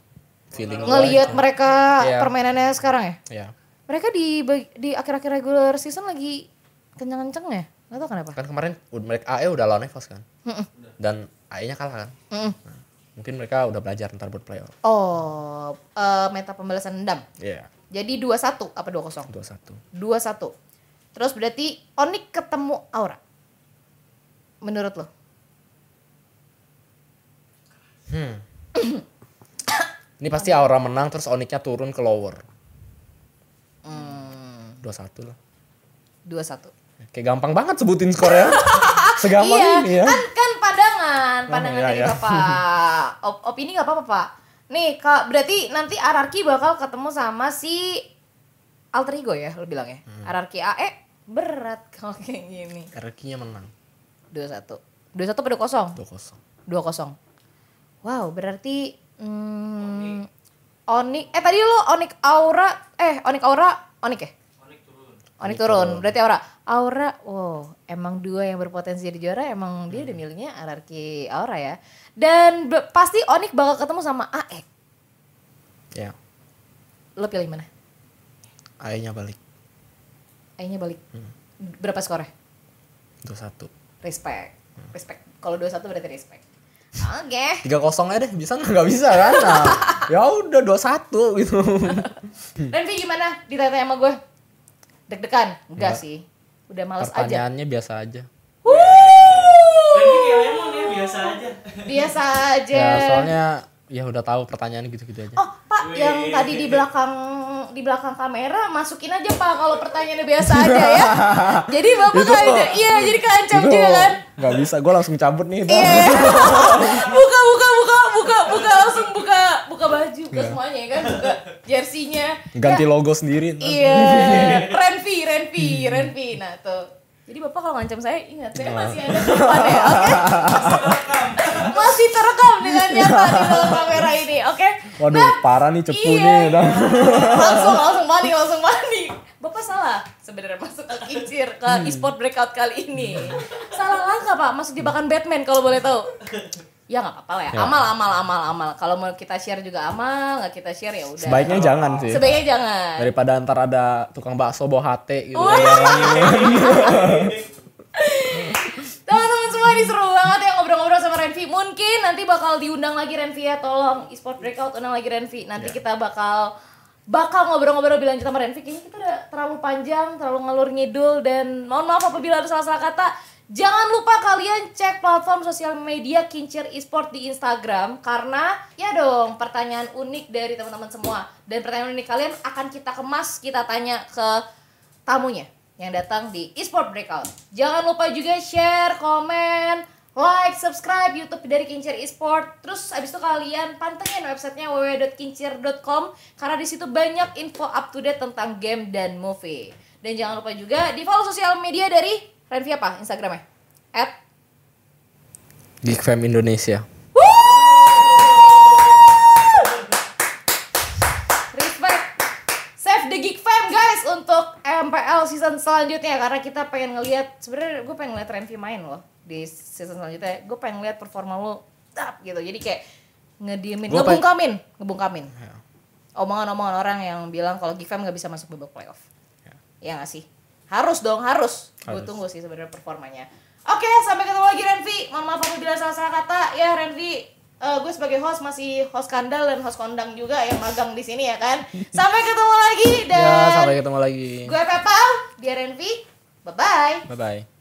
feeling gua Ngeliat itu- mereka Iya. permainannya sekarang ya? ya Mereka di bag- di akhir-akhir regular season lagi kenceng-kenceng ya? Gak tau kenapa. kan kemarin ud- mereka AE udah lawan Evos kan Mm-mm. dan AE nya kalah kan Mm-mm. mungkin mereka udah belajar ntar buat playoff Oh, eh, meta pembalasan dendam. ya Jadi 21 apa 20? 21 21. Terus berarti Onik ketemu Aura. Menurut lo? Hmm. ini pasti Aura menang terus Onyxnya turun ke lower Hmm, 21 lah 21. kayak gampang banget sebutin skornya segampang iya, ini ya kan kan pandangan, pandangan iya, dari iya. bapak. Op- opini nggak apa-apa pak. Nih, Kak, berarti nanti Ararki bakal ketemu sama si alter ego ya, lo bilang ya. Hmm. Ararki AE berat kalau kayak gini. RQ nya menang Dua satu, dua satu pada kosong, 2-0 dua kosong. Wow, berarti hmm, Onik. Eh tadi lo Onik Aura, eh Onik Aura, Onik ya. Onik turun. Onik turun, berarti Aura. Aura, wow, emang dua yang berpotensi jadi juara, emang dia udah milihnya anarki Aura ya. Dan be- pasti Onik bakal ketemu sama AE. Iya. ya Lo pilih mana? AE nya balik AE-nya balik. Berapa skornya? 21 Respect. Respect. Kalau 21 berarti respect. Oke. tiga kosong aja deh bisa nggak Nggak bisa kan nah, ya udah dua satu gitu Dan Vi gimana? Ditanya sama gue. Deg-degan? Enggak Enggak. sih. Udah males aja. pertanyaannya biasa aja Berarti kayak emang ya biasa aja. Biasa aja. ya soalnya ya udah tahu pertanyaan gitu-gitu aja Iya. Oh Pak, Wih. yang tadi di belakang di belakang kamera masukin aja Pak kalau pertanyaannya biasa aja ya. jadi bapak Itu, kan Pak. iya jadi keancam juga kan. Gitu. nggak bisa gue langsung cabut nih dah. Iya. buka buka buka buka buka langsung buka buka baju buka semuanya ya kan buka jersinya. Iya. ganti Ya, logo sendiri dah. Iya. Renvi Renvi Iya. Renvi nah tuh. Jadi bapak kalau ngancam saya ingat saya masih ada depan ya, oke? masih terekam dengan nyata di dalam kamera ini, oke? Iya. waduh Nah, parah nih cepu Iya. nih dah. langsung langsung mandi langsung mandi bapak salah sebenarnya masuk ke kincir ke Hmm. e-sport breakout kali ini salah langkah pak masuk jebakan Batman kalau boleh tahu ya nggak apa-apa lah ya. Ya. amal amal amal amal kalau mau kita share juga amal nggak kita share ya udah sebaiknya jangan sih sebaiknya jangan Oh. daripada ntar ada tukang bakso bawa hati gitu Wah. Teman-teman semua ini seru banget ya ngobrol-ngobrol sama Renvi. Mungkin nanti bakal diundang lagi Renvi ya, tolong e-sport breakout undang lagi Renvi. Nanti kita bakal bakal ngobrol-ngobrol lebih lanjut sama Renvi. Kayaknya kita udah terlalu panjang, terlalu ngalur ngidul dan mohon maaf apabila ada salah-salah kata. Jangan lupa kalian cek platform sosial media Kincir Esport di Instagram karena ya dong pertanyaan unik dari teman-teman semua dan pertanyaan unik kalian akan kita kemas, kita tanya ke tamunya yang datang di eSport Breakout. Jangan lupa juga share, komen, like, subscribe YouTube dari Kincir eSport. Terus abis itu kalian pantengin websitenya www.kincir.com karena di situ banyak info up to date tentang game dan movie. Dan jangan lupa juga di follow sosial media dari Renvi apa Instagramnya? At Geek Fam Indonesia Respect. Save the Geek Fam guys untuk MPL season selanjutnya karena kita pengen ngelihat sebenarnya gue pengen ngeliat Renvi main loh di season selanjutnya. Gue pengen ngeliat performa lo tap gitu. Jadi kayak ngediemin, Gua ngebungkamin, ngebungkamin. Omongan-omongan orang yang bilang kalau Geek Fam nggak bisa masuk babak playoff. Ya nggak sih? Harus dong, harus. Gue Harus. tunggu sih sebenarnya performanya. Oke, sampai ketemu lagi Renvi. Mohon maaf apabila salah-salah kata. Ya Renvi, eh, gue sebagai host masih host kandal dan host kondang juga yang magang di sini ya kan. Sampai ketemu lagi dan ya sampai ketemu lagi gue Pepau, dia Renvi. Bye bye. bye bye